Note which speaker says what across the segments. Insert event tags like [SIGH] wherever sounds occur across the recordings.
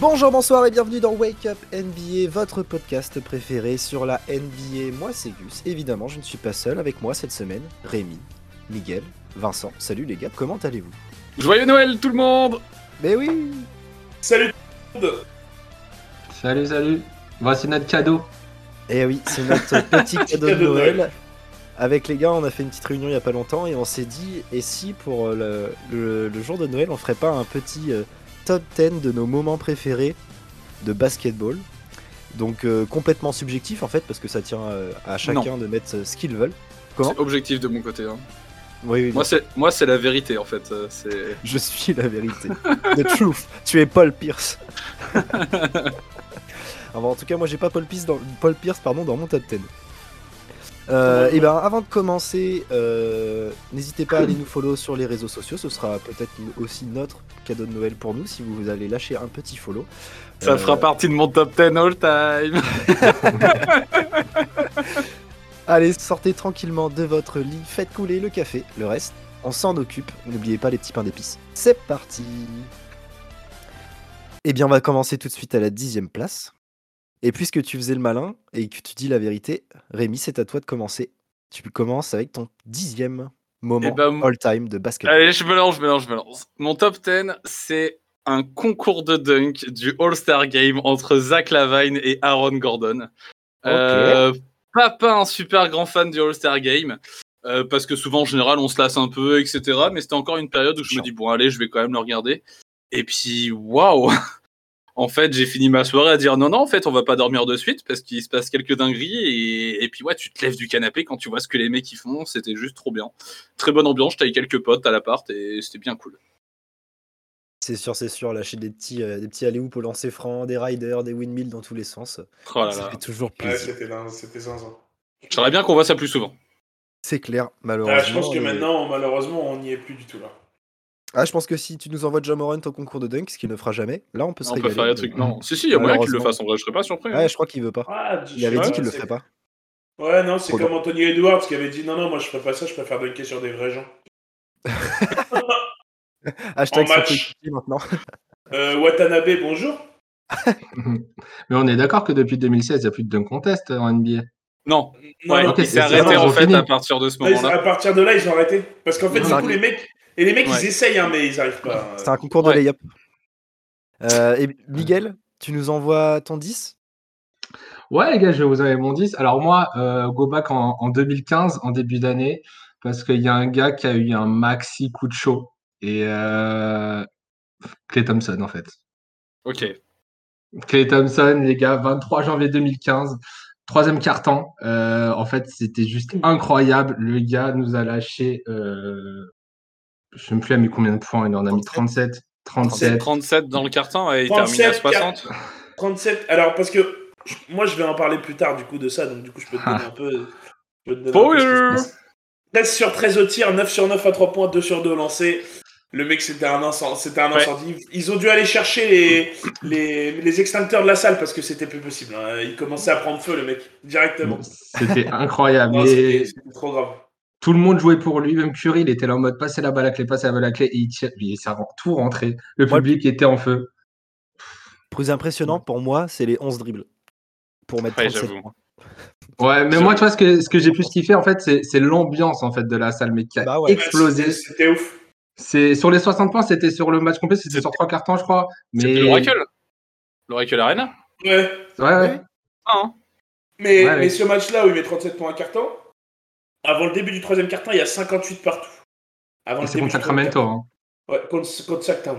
Speaker 1: Bonjour, bonsoir et bienvenue dans Wake Up NBA, votre podcast préféré sur la NBA. Moi c'est Gus, évidemment je ne suis pas seul avec moi cette semaine, Rémi, Miguel, Vincent. Salut les gars, comment allez-vous
Speaker 2: Joyeux Noël tout le monde
Speaker 1: Mais oui
Speaker 3: Salut tout le monde
Speaker 4: Salut, salut. Voici notre cadeau.
Speaker 1: Eh oui, c'est
Speaker 3: [LAUGHS]
Speaker 1: notre petit cadeau de
Speaker 3: Cadeau de Noël.
Speaker 1: Noël. Avec les gars, on a fait une petite réunion il y a pas longtemps et on s'est dit, et si pour le, le- le jour de Noël, on ferait pas un petit euh, top 10 de nos moments préférés de basketball Donc euh, complètement subjectif en fait, parce que ça tient euh, à chacun de mettre euh, ce qu'ils veulent. Comment
Speaker 2: C'est objectif de mon côté. hein.
Speaker 1: Oui, oui,
Speaker 2: Moi, c'est, moi, c'est la vérité en fait. euh, C'est...
Speaker 1: [LAUGHS] Je suis la vérité. The truth. Tu es Paul Pierce. Alors, en tout cas, moi, j'ai pas Paul Pierce dans, Paul Pierce, pardon, dans mon top 10. Euh, et ben avant de commencer, euh, n'hésitez pas à aller nous follow sur les réseaux sociaux. Ce sera peut-être aussi notre cadeau de Noël pour nous si vous allez lâcher un petit follow.
Speaker 2: Ça
Speaker 1: Euh,
Speaker 2: fera partie de mon top 10 all time.
Speaker 1: Allez, sortez tranquillement de votre lit, faites couler le café, le reste, on s'en occupe. N'oubliez pas les petits pains d'épices. C'est parti Eh bien, on va commencer tout de suite à la dixième place. Et puisque tu faisais le malin et que tu dis la vérité, Rémi, c'est à toi de commencer. Tu commences avec ton dixième moment
Speaker 2: Eh ben,
Speaker 1: all-time de basket.
Speaker 2: [LAUGHS] Allez, je me lance, je me lance, je me lance. Mon top 10, c'est un concours de dunk du All-Star Game entre Zach Lavine et Aaron Gordon. Euh, pas, pas un super grand fan du All-Star Game, euh, parce que souvent, en général, on se lasse un peu, etc. Mais c'était encore une période où je
Speaker 1: Chiant.
Speaker 2: me dis, bon, allez, je vais quand même le regarder. Et puis, waouh [LAUGHS] En fait, j'ai fini ma soirée à dire non, non, en fait, on va pas dormir de suite parce qu'il se passe quelques dingueries. Et, et puis, ouais, tu te lèves du canapé quand tu vois ce que les mecs ils font. C'était juste trop bien. Très bonne ambiance. J'étais avec quelques potes à l'appart et c'était bien cool.
Speaker 1: C'est sûr, c'est sûr, lâcher des petits, euh, des petits alley-oop au lancer franc, des riders, des windmills dans tous les sens.
Speaker 2: Oh là
Speaker 1: Ça
Speaker 2: là.
Speaker 1: fait toujours
Speaker 3: Ouais,
Speaker 1: plaisir.
Speaker 3: c'était dingue, c'était zinzin.
Speaker 2: J'aimerais bien qu'on voit ça plus souvent.
Speaker 1: c'est clair, malheureusement. euh,
Speaker 3: Ah, je pense que
Speaker 1: et-
Speaker 3: maintenant, malheureusement, on n'y est plus du tout là.
Speaker 1: Ah, je pense que si tu nous envoies John Morant au concours de dunk, ce qu'il ne fera jamais, là on peut se
Speaker 2: On peut
Speaker 1: régaler.
Speaker 2: faire des trucs. Non, si, si, il y a moyen qu'il le
Speaker 1: Malheureusement.
Speaker 2: fasse. En vrai, je serais pas surpris. hein.
Speaker 1: Ouais, je crois qu'il veut pas.
Speaker 3: Ah,
Speaker 1: Il avait dit
Speaker 3: ouais,
Speaker 1: qu'il le
Speaker 3: c'est-
Speaker 1: ferait pas.
Speaker 3: Ouais, non, c'est
Speaker 1: Trop
Speaker 3: comme Anthony Edwards qui avait dit non, non, moi je ferais pas ça, je préfère dunker sur des vrais gens.
Speaker 1: Hashtag
Speaker 3: En
Speaker 1: son
Speaker 3: match.
Speaker 1: coéquipier maintenant.
Speaker 3: Euh, Watanabe, bonjour.
Speaker 4: Mais on est d'accord que depuis 2016, il n'y a plus de dunk contest euh, en NBA.
Speaker 2: Non,
Speaker 3: Non,
Speaker 2: ouais,
Speaker 3: non,
Speaker 4: ok,
Speaker 2: il
Speaker 4: c'est
Speaker 2: s'est arrêté
Speaker 4: vraiment,
Speaker 2: en
Speaker 4: ils ont
Speaker 2: fait
Speaker 4: fini.
Speaker 2: à partir de ce
Speaker 3: non, ils-
Speaker 2: moment-là.
Speaker 3: à partir de là, ils ont arrêté. Parce qu'en fait,
Speaker 1: Non,
Speaker 3: du
Speaker 1: non,
Speaker 3: coup,
Speaker 1: mais-
Speaker 3: les mecs, et les mecs,
Speaker 2: Ouais.
Speaker 3: ils essayent, hein, mais ils arrivent pas.
Speaker 1: C'est un concours de
Speaker 2: Ouais.
Speaker 1: layup. Euh, et Miguel, tu nous envoies ton 10
Speaker 4: Ouais, les gars, je vais vous envoyer mon 10. Alors, moi, euh, go back en, en 2015, en début d'année, parce qu'il y a un gars qui a eu un maxi coup de chaud. Et euh, Clay Thompson, en fait.
Speaker 2: Ok.
Speaker 4: Clay Thompson, les gars, 23 janvier 2015, troisième carton. Euh, en fait, c'était juste
Speaker 3: Mm.
Speaker 4: incroyable. Le gars nous a lâché, euh, je ne sais même plus à mis combien de points, il en a mis 37,
Speaker 2: C'est
Speaker 4: 37.
Speaker 2: 37 dans le carton et il termine à
Speaker 3: 37,
Speaker 2: 60.
Speaker 3: 37, alors parce que je- moi je vais en parler plus tard du coup de ça, donc du coup je peux te
Speaker 1: [LAUGHS]
Speaker 3: donner un peu. je peux te donner un peu ce qui se
Speaker 2: Spoiler.
Speaker 3: passe. 13 sur 13 au tir, 9 sur 9 à 3 points, 2 sur 2 au lancer. Le mec c'était un incendie. C'était un
Speaker 2: Ouais.
Speaker 3: incendie. Ils ont dû aller chercher les, les, les extincteurs de la salle parce que c'était plus possible. hein. Il commençait à prendre feu le mec directement.
Speaker 4: C'était incroyable.
Speaker 3: Non,
Speaker 4: Et
Speaker 3: C'était c'était trop grave.
Speaker 4: tout le monde jouait pour lui, même Curry, il était là en mode passer la balle à clé, passer la balle à clé, et il tire, et ça rend tout rentré. Le
Speaker 1: Moi, le-
Speaker 4: public était en feu.
Speaker 1: Plus impressionnant pour moi, c'est les 11 dribbles. Pour mettre
Speaker 2: Ouais,
Speaker 1: 37
Speaker 2: j'avoue.
Speaker 1: points.
Speaker 4: Ouais, mais
Speaker 2: Je-
Speaker 4: moi, tu vois, ce que, ce que j'ai plus kiffé, en fait, c'est c'est l'ambiance, en fait, de la salle, mais qui a
Speaker 1: Bah ouais.
Speaker 4: explosé.
Speaker 3: C'était- C'était ouf.
Speaker 4: C'est sur les 60 points, c'était sur le match complet, c'était sur trois cartons, je crois.
Speaker 2: C'était
Speaker 4: Mais
Speaker 2: l'Oracle. L'Oracle Arena.
Speaker 3: Ouais.
Speaker 4: Ouais, ouais.
Speaker 2: Hein
Speaker 3: Mais,
Speaker 4: Ouais,
Speaker 3: mais
Speaker 4: ouais.
Speaker 3: ce match-là où il met 37 points à carton, avant le début du troisième carton, il y a 58 partout. Avant
Speaker 4: Et
Speaker 3: le
Speaker 4: c'est
Speaker 3: début
Speaker 4: contre
Speaker 3: du troisième
Speaker 4: Sacramento. hein.
Speaker 3: Ouais, contre, contre chaque town.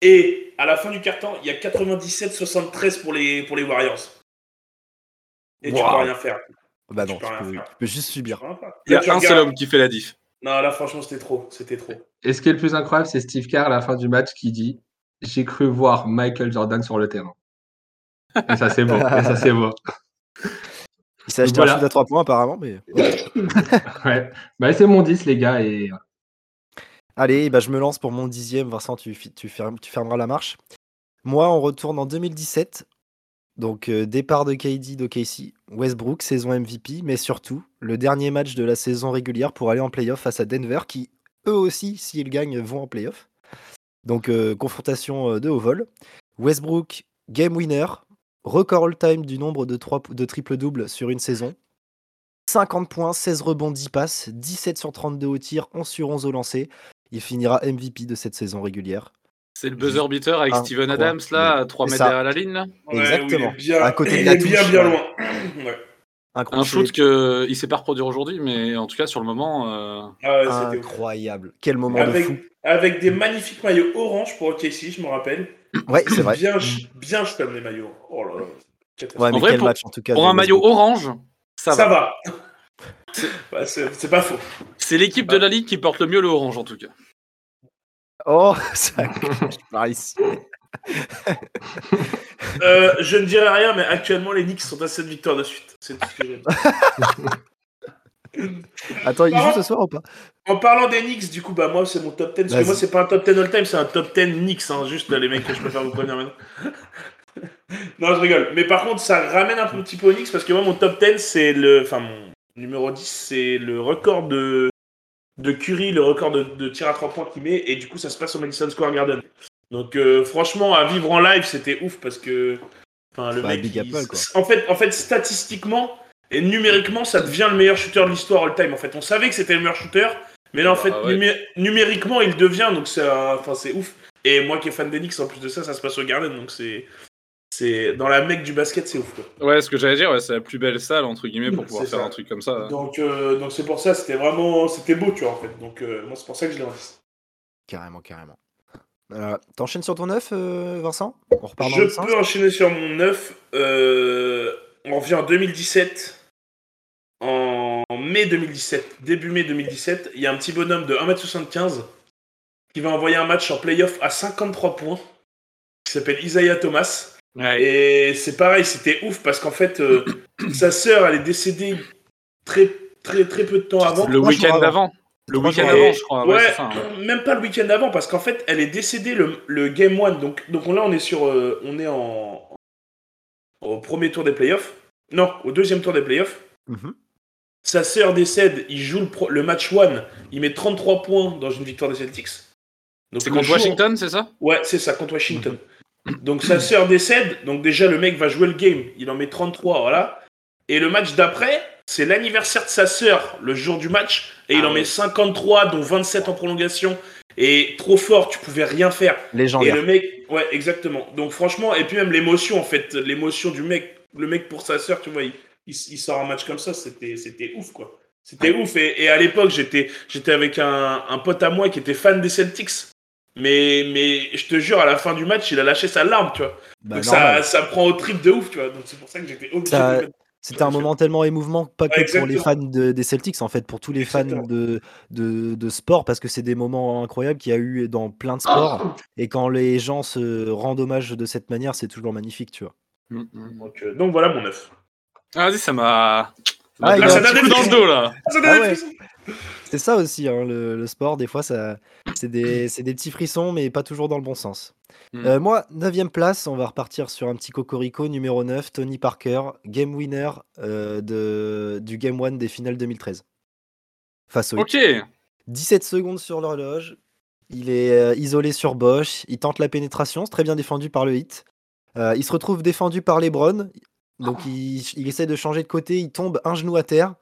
Speaker 3: Et à la fin du carton, il y a 97-73 pour les, pour les Warriors. Et tu
Speaker 1: Waouh.
Speaker 3: peux rien faire.
Speaker 1: Bah
Speaker 3: Tu
Speaker 1: non, tu
Speaker 3: peux rien
Speaker 1: peux,
Speaker 3: faire.
Speaker 1: tu peux juste subir.
Speaker 3: Tu peux rien faire.
Speaker 2: Il y
Speaker 3: Là, tu
Speaker 2: a un seul
Speaker 3: regardes-
Speaker 2: homme qui fait la diff.
Speaker 3: Non, là, franchement, c'était trop. C'était trop.
Speaker 4: Et ce qui est le plus incroyable, c'est Steve Kerr à la fin du match qui dit J'ai cru voir Michael Jordan sur le terrain. Et ça, c'est beau. Et ça, c'est beau.
Speaker 1: Il s'est acheté
Speaker 4: Voilà.
Speaker 1: un shoot à 3 points apparemment, mais.
Speaker 4: Ouais. Bah, c'est mon 10, les gars. Et
Speaker 1: Allez, bah, je me lance pour mon dixième. Vincent, tu, fi- tu, fermes- tu fermeras la marche. Moi, on retourne en 2017. Donc, euh, départ de KD d'OKC, Westbrook, saison MVP, mais surtout le dernier match de la saison régulière pour aller en playoff face à Denver, qui eux aussi, s'ils gagnent, vont en playoff. Donc, euh, confrontation euh, de haut vol. Westbrook, game winner, record all-time du nombre de, trois- de triple-double sur une saison. 50 points, 16 rebonds, 10 passes, 17 sur 32 au tir, 11 sur 11 au lancer. Il finira MVP de cette saison régulière.
Speaker 2: C'est le buzzer beater avec
Speaker 1: Ah,
Speaker 2: Steven
Speaker 1: quoi,
Speaker 2: Adams, là,
Speaker 1: mais-
Speaker 2: à 3
Speaker 1: c'est
Speaker 2: mètres
Speaker 1: ça.
Speaker 2: derrière la ligne. Là.
Speaker 3: Ouais,
Speaker 1: Exactement.
Speaker 3: oui, il est bien,
Speaker 1: À côté de
Speaker 3: il
Speaker 1: la
Speaker 3: est bien,
Speaker 1: touche,
Speaker 3: bien
Speaker 1: ouais.
Speaker 3: loin. [CLEARS THROAT] Ouais.
Speaker 2: Un
Speaker 1: Incroyable.
Speaker 2: shoot qu'il ne sait pas reproduire aujourd'hui, mais en tout cas, sur le moment, euh,
Speaker 3: Ah ouais, c'était ouf.
Speaker 1: Incroyable. Quel moment
Speaker 3: Avec,
Speaker 1: de fou.
Speaker 3: avec des magnifiques maillots orange pour OKC, je me rappelle.
Speaker 1: Ouais, c'est
Speaker 3: [LAUGHS]
Speaker 1: vrai.
Speaker 3: Bien, ch- bien je t'aime les maillots. Oh là là.
Speaker 1: Ouais,
Speaker 3: catastrophe.
Speaker 1: mais
Speaker 2: vrai,
Speaker 1: quel
Speaker 2: pour-
Speaker 1: match en tout cas.
Speaker 2: pour
Speaker 1: de
Speaker 2: un maillot
Speaker 1: Westbrook.
Speaker 2: orange, ça,
Speaker 3: ça
Speaker 2: va.
Speaker 3: va. Bah, c'est c'est pas faux.
Speaker 2: C'est l'équipe de la ligue qui porte le mieux le orange, en tout cas.
Speaker 1: Oh, [LAUGHS] ça clash par ici.
Speaker 3: Euh, je ne dirai rien, mais actuellement, les Knicks sont à 7 victoires de suite. C'est tout ce que j'ai à dire.
Speaker 1: Attends, il joue ce soir ou pas
Speaker 3: En parlant des Knicks, du coup, bah moi, c'est mon top 10. Parce
Speaker 1: Vas-y.
Speaker 3: que moi, c'est pas un top 10 all-time, c'est un top 10 Knicks. hein, juste les mecs que je préfère vous prévenir maintenant.
Speaker 1: [LAUGHS]
Speaker 3: non, je rigole. Mais par contre, ça ramène un petit peu aux Knicks parce que moi, mon top 10, c'est le. Enfin, mon numéro 10, c'est le record de. De Curry, le record de, de tir à 3 points qu'il met, et du coup, ça se passe au Madison Square Garden. Donc, euh, franchement, à vivre en live, c'était ouf parce que. Enfin, le
Speaker 1: Bah,
Speaker 3: mec.
Speaker 1: Big
Speaker 3: il-
Speaker 1: Apple, quoi.
Speaker 3: En, fait, en fait, statistiquement, et numériquement, ça devient le meilleur shooter de l'histoire all-time. En fait, on savait que c'était le meilleur shooter, mais là, en
Speaker 2: Ah
Speaker 3: fait,
Speaker 2: ouais.
Speaker 3: numé- numériquement, il devient. Donc, c'est un- enfin, c'est ouf. Et moi qui est fan d'Enix, en plus de ça, ça se passe au Garden. Donc, c'est. c'est Dans la mecque du basket, c'est ouf. quoi.
Speaker 2: Ouais, ce que j'allais dire, ouais, c'est la plus belle salle, entre guillemets, pour [LAUGHS]
Speaker 3: C'est
Speaker 2: pouvoir faire
Speaker 3: ça.
Speaker 2: un truc comme ça.
Speaker 3: Donc, euh, donc c'est pour ça, c'était vraiment. C'était beau, tu vois, en fait. Donc, euh, moi, c'est pour ça que je l'ai en liste.
Speaker 1: Carrément, carrément. Euh, T'enchaînes sur ton 9, Vincent On repart dans
Speaker 3: Je
Speaker 1: le sens
Speaker 3: peux enchaîner sur mon 9. euh, on revient en 2017. En mai 2017, début mai 2017, il y a un petit bonhomme de 1m75 qui va envoyer un match en playoff à 53 points. Qui s'appelle Isaiah Thomas.
Speaker 2: Ouais.
Speaker 3: Et c'est pareil, c'était ouf parce qu'en fait, euh, [CLEARS THROAT] sa sœur, elle est décédée très, très, très peu de temps avant.
Speaker 2: Le
Speaker 1: Trois jours
Speaker 2: week-end
Speaker 1: avant.
Speaker 2: d'avant. Le
Speaker 1: Trois
Speaker 2: week-end
Speaker 1: jours
Speaker 2: avant,
Speaker 3: avant.
Speaker 2: je crois.
Speaker 3: Ouais,
Speaker 2: Ouais, c'est ça. hein. ouais.
Speaker 3: même pas le week-end d'avant parce qu'en fait, elle est décédée le, le game one. Donc, donc là, on est sur, euh, on est en, au premier tour des playoffs. Non, au deuxième tour des playoffs.
Speaker 1: Mhm.
Speaker 3: Sa sœur décède, il joue le, pro- le match one, il met 33 points dans une victoire des Celtics. Donc
Speaker 2: C'est
Speaker 3: le
Speaker 2: contre
Speaker 3: jour-
Speaker 2: Washington, c'est ça
Speaker 3: Ouais, c'est ça, contre Washington. Donc sa sœur décède, donc déjà le mec va jouer le game, il en met 33, voilà. Et le match d'après, c'est l'anniversaire de sa sœur, le jour du match, et il
Speaker 2: Ah
Speaker 3: en
Speaker 2: oui.
Speaker 3: met 53, dont 27 en prolongation. Et trop fort, tu pouvais rien faire. Et
Speaker 1: Légendaire.
Speaker 3: le mec, ouais, exactement. Donc franchement, et puis même l'émotion, en fait, l'émotion du mec, le mec pour sa sœur, tu vois, il, il, il sort un match comme ça, c'était, c'était ouf, quoi. C'était ouf. Et, et à l'époque, j'étais, j'étais avec un, un pote à moi qui était fan des Celtics. Mais, mais je te jure, à la fin du match, il a lâché sa larme, tu vois.
Speaker 1: Bah,
Speaker 3: Donc
Speaker 1: normal.
Speaker 3: ça, ça prend au trip de ouf, tu vois. Donc c'est pour ça que j'étais obligé
Speaker 1: Ça-
Speaker 3: de mettre-
Speaker 1: C'était un moment tellement émouvant, pas que
Speaker 3: Ouais,
Speaker 1: pour les
Speaker 3: exactement.
Speaker 1: fans de- des Celtics, en fait, pour tous les fans
Speaker 3: Exactement.
Speaker 1: de, de, de sport, parce que c'est des moments incroyables qu'il y a eu dans plein de sports. Et quand les gens se rendent hommage de cette manière, c'est toujours magnifique, tu vois.
Speaker 2: Mm, mm.
Speaker 3: Donc, euh, donc voilà mon neuf.
Speaker 2: Ah, vas-y, ça m'a. Ça m'a
Speaker 1: Ah,
Speaker 2: donné
Speaker 1: il a
Speaker 2: un
Speaker 1: un
Speaker 2: petit
Speaker 3: petit
Speaker 2: coup
Speaker 3: coup
Speaker 2: dans le dos, là.
Speaker 1: Ah ouais. C'est ça aussi, hein, le, le sport, des fois, ça, c'est des, c'est des petits frissons, mais pas toujours dans le bon sens.
Speaker 2: Hmm.
Speaker 1: Euh, moi, 9 place, on va repartir sur un petit cocorico numéro 9, Tony Parker, game winner euh, de, du Game 1 des finales 2013. Face au
Speaker 2: Ok.
Speaker 1: 17 secondes sur l'horloge. Il est euh, isolé sur Bosch. Il tente la pénétration. C'est très bien défendu par le hit. Euh, il se retrouve défendu par Lebron. Donc il, il essaie de changer de côté. Il tombe un genou à terre.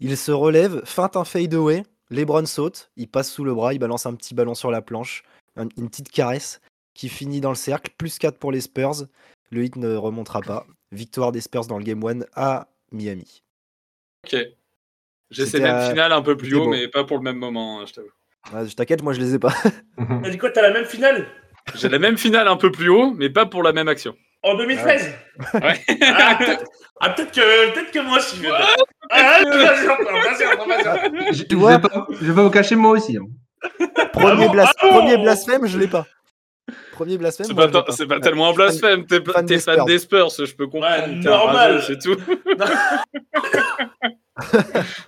Speaker 1: Il se relève. Feinte un fadeaway. Lebron saute. Il passe sous le bras. Il balance un petit ballon sur la planche. un- une petite caresse qui finit dans le cercle. Plus 4 pour les Spurs. Le hit ne remontera pas. Victoire des Spurs dans le Game 1 à Miami.
Speaker 2: Ok. J'ai ces
Speaker 1: C'était
Speaker 2: mêmes
Speaker 1: à-
Speaker 2: finales un peu plus
Speaker 1: c'était
Speaker 2: haut,
Speaker 1: beau.
Speaker 2: mais pas pour le même moment, hein, je t'avoue.
Speaker 1: Ah, je t'inquiète, moi je les ai pas.
Speaker 3: [LAUGHS] T'as dit quoi, t'as la même finale
Speaker 2: J'ai la même finale un peu plus haut, mais pas pour la même action.
Speaker 3: En 2013
Speaker 2: Ouais.
Speaker 3: Ah, peut-être ah, peut-être que, peut-être que moi aussi. je vais dire. Ah, vas-y, encore, vas-y, encore, vas-y, encore.
Speaker 4: Je,
Speaker 1: Tu vois
Speaker 4: je vais pas, je vais pas vous cacher moi aussi. hein.
Speaker 1: Premier,
Speaker 3: Ah bon
Speaker 1: blas-
Speaker 3: Ah bon
Speaker 1: premier blasphème, je l'ai pas. Premier blasphème.
Speaker 2: C'est
Speaker 1: moi,
Speaker 2: pas,
Speaker 1: je l'ai
Speaker 2: c'est pas tellement un blasphème, t'es
Speaker 1: fan
Speaker 2: t'es
Speaker 1: des
Speaker 2: fan
Speaker 1: Spurs.
Speaker 2: des Spurs, je peux comprendre.
Speaker 3: Ouais,
Speaker 2: t'es un
Speaker 3: normal.
Speaker 2: rageux, C'est tout.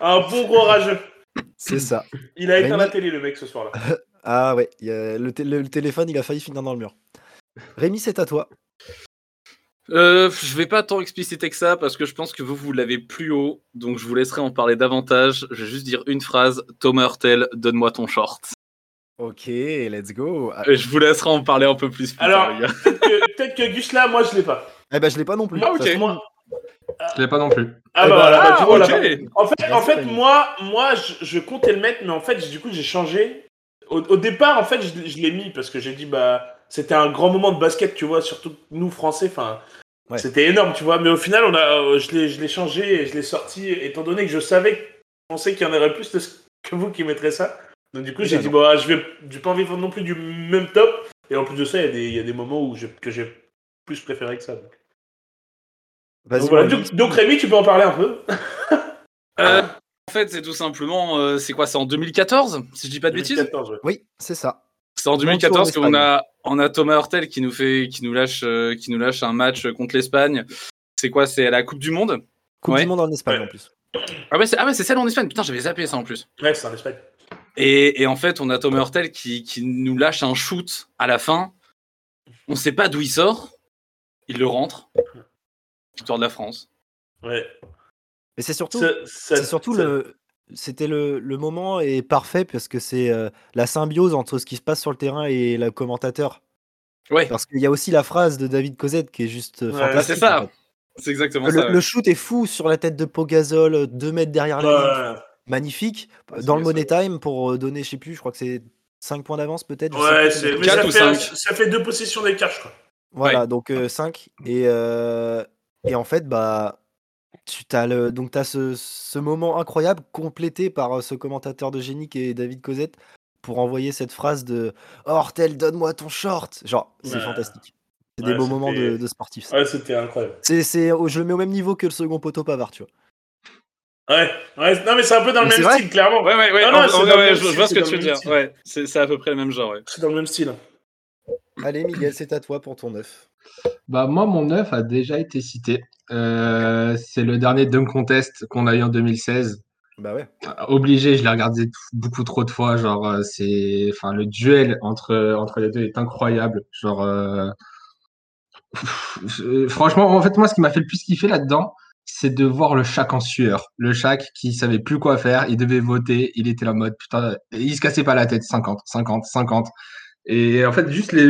Speaker 3: Un bon gros rageux.
Speaker 1: C'est ça.
Speaker 3: Il a éteint
Speaker 1: Raymond-
Speaker 3: la télé, le mec, ce soir-là.
Speaker 1: Ah ouais, il y a- le, té- le- le téléphone, il a failli finir dans le mur. Rémi, c'est à toi.
Speaker 2: Euh, je vais pas tant expliciter que ça parce que je pense que vous, vous l'avez plus haut, donc je vous laisserai en parler davantage. Je vais juste dire une phrase Thomas Hurtel, donne-moi ton short.
Speaker 1: Ok, let's go. Ah,
Speaker 2: Euh, Je vous laisserai en parler un peu plus. plus
Speaker 3: Alors-
Speaker 2: tard, les gars.
Speaker 3: Peut-être que, peut-être que Gus là, moi je l'ai pas.
Speaker 1: Eh ben, je l'ai pas non plus.
Speaker 2: Ah, ok.
Speaker 1: Ça se trouve-
Speaker 4: Je l'ai pas non plus.
Speaker 3: Ah
Speaker 1: Eh
Speaker 3: bah
Speaker 1: ben,
Speaker 3: voilà,
Speaker 2: [LAUGHS]
Speaker 3: bah, tu
Speaker 2: Ah,
Speaker 3: vois, on l'a pas.
Speaker 2: ok.
Speaker 3: En fait, en
Speaker 1: Merci,
Speaker 3: fait
Speaker 1: Rémi.
Speaker 3: moi, moi je, je comptais le mettre, mais en fait, du coup, j'ai changé. Au, au départ, en fait, je, je l'ai mis parce que j'ai dit, bah, c'était un grand moment de basket, tu vois, surtout nous, Français, enfin,
Speaker 1: Ouais.
Speaker 3: c'était énorme, tu vois. Mais au final, on a, euh, je l'ai je l'ai changé et je l'ai sorti, étant donné que je savais que je pensais qu'il y en aurait plus de ce- que vous qui mettrez ça. Donc, du coup, j'ai
Speaker 1: Évidemment.
Speaker 3: dit, bah, je vais j'ai pas envie de vendre non plus du même top. Et en plus de ça, il y a des- il y, a des moments où je- que j'ai plus préféré que ça. Donc,
Speaker 1: Vas-y,
Speaker 3: voilà.
Speaker 1: Rémi.
Speaker 3: donc, donc, Rémi, tu peux en parler un peu
Speaker 2: Euh, en fait, c'est tout simplement, euh, c'est quoi C'est en 2014, si je dis pas de bêtises
Speaker 3: 2014, ouais.
Speaker 1: Oui, c'est ça.
Speaker 2: C'est en
Speaker 1: Bonjour,
Speaker 2: 2014
Speaker 1: l'Espagne.
Speaker 2: qu'on a, on a Thomas Hurtel qui nous fait, qui nous lâche, euh, qui nous lâche un match contre l'Espagne. C'est quoi C'est à la Coupe du Monde
Speaker 1: Coupe
Speaker 2: Ouais.
Speaker 1: du monde en Espagne
Speaker 3: Ouais.
Speaker 1: en plus.
Speaker 2: Ah ouais, c'est ah ouais, c'est celle en Espagne. Putain, j'avais zappé ça en plus.
Speaker 3: Ouais, c'est en Espagne.
Speaker 2: Et, et en fait, on a Thomas Hurtel qui, qui nous lâche un shoot à la fin. On sait pas d'où il sort. Il le rentre. Victoire de la France.
Speaker 3: Ouais.
Speaker 1: Mais c'est surtout,
Speaker 3: Ça- ça-
Speaker 1: c'est surtout
Speaker 3: ça-
Speaker 1: le. C'était le, le moment est parfait parce que c'est euh, la symbiose entre ce qui se passe sur le terrain et le commentateur.
Speaker 2: Ouais,
Speaker 1: Parce qu'il y a aussi la phrase de David Cosette qui est juste euh,
Speaker 3: Ouais,
Speaker 1: fantastique.
Speaker 2: c'est ça.
Speaker 1: en fait.
Speaker 2: c'est exactement
Speaker 1: Le,
Speaker 2: ça. ouais.
Speaker 1: le shoot est fou sur la tête de Pogazol, euh, deux mètres derrière la ligne.
Speaker 3: Ouais,
Speaker 1: magnifique
Speaker 2: Ouais, c'est
Speaker 1: dans le
Speaker 2: bien
Speaker 1: money time pour euh, donner, je sais plus, je crois que c'est 5 points d'avance peut-être. je sais
Speaker 3: ouais
Speaker 1: plus
Speaker 3: c'est.
Speaker 1: combien.
Speaker 3: mais
Speaker 2: Quatre
Speaker 3: ça,
Speaker 2: ou
Speaker 3: fait,
Speaker 2: cinq.
Speaker 3: ça fait deux possessions d'écart, je crois.
Speaker 1: Voilà, donc 5. Et, euh, et en fait, bah, tu as, le, donc, t'as ce, ce moment incroyable complété par euh, ce commentateur de génie qui est David Cosette pour envoyer cette phrase de Hortel, donne-moi ton short. Genre, c'est
Speaker 3: Ouais.
Speaker 1: fantastique. C'est
Speaker 3: Ouais,
Speaker 1: des beaux moments de,
Speaker 3: c'était-
Speaker 1: de sportifs. ça.
Speaker 3: Ouais, c'était incroyable.
Speaker 1: C'est, c'est, oh, je le mets au même niveau que le second poteau Pavard, tu vois.
Speaker 3: Ouais, ouais, non, mais c'est un peu dans le
Speaker 1: Mais c'est
Speaker 3: même
Speaker 1: vrai
Speaker 3: style, clairement.
Speaker 2: Ouais, ouais, ouais.
Speaker 3: Non, non,
Speaker 2: en-
Speaker 3: c'est
Speaker 2: en-
Speaker 3: dans le
Speaker 2: ouais,
Speaker 3: même
Speaker 2: je, je
Speaker 3: style,
Speaker 2: vois ce
Speaker 3: c'est
Speaker 2: que
Speaker 3: dans
Speaker 2: tu veux
Speaker 3: le
Speaker 2: dire.
Speaker 3: même style.
Speaker 2: Ouais, c'est c'est à peu près le même genre. Ouais.
Speaker 3: C'est dans le même style.
Speaker 1: Allez, Miguel, c'est à toi pour ton 9.
Speaker 4: Bah, moi, mon œuf a déjà été cité. Euh, c'est le dernier Dunk Contest qu'on a eu en 2016.
Speaker 1: Bah ouais.
Speaker 4: obligé, je l'ai regardé t- beaucoup trop de fois. Genre, euh, c'est, enfin, le duel entre entre les deux est incroyable. Genre, euh, je- franchement, en fait, moi, ce qui m'a fait le plus kiffer là-dedans, c'est de voir le Shaq en sueur. Le Shaq qui savait plus quoi faire, il devait voter, il était là en mode putain, euh, il se cassait pas la tête, 50, 50, 50. Et en fait, juste les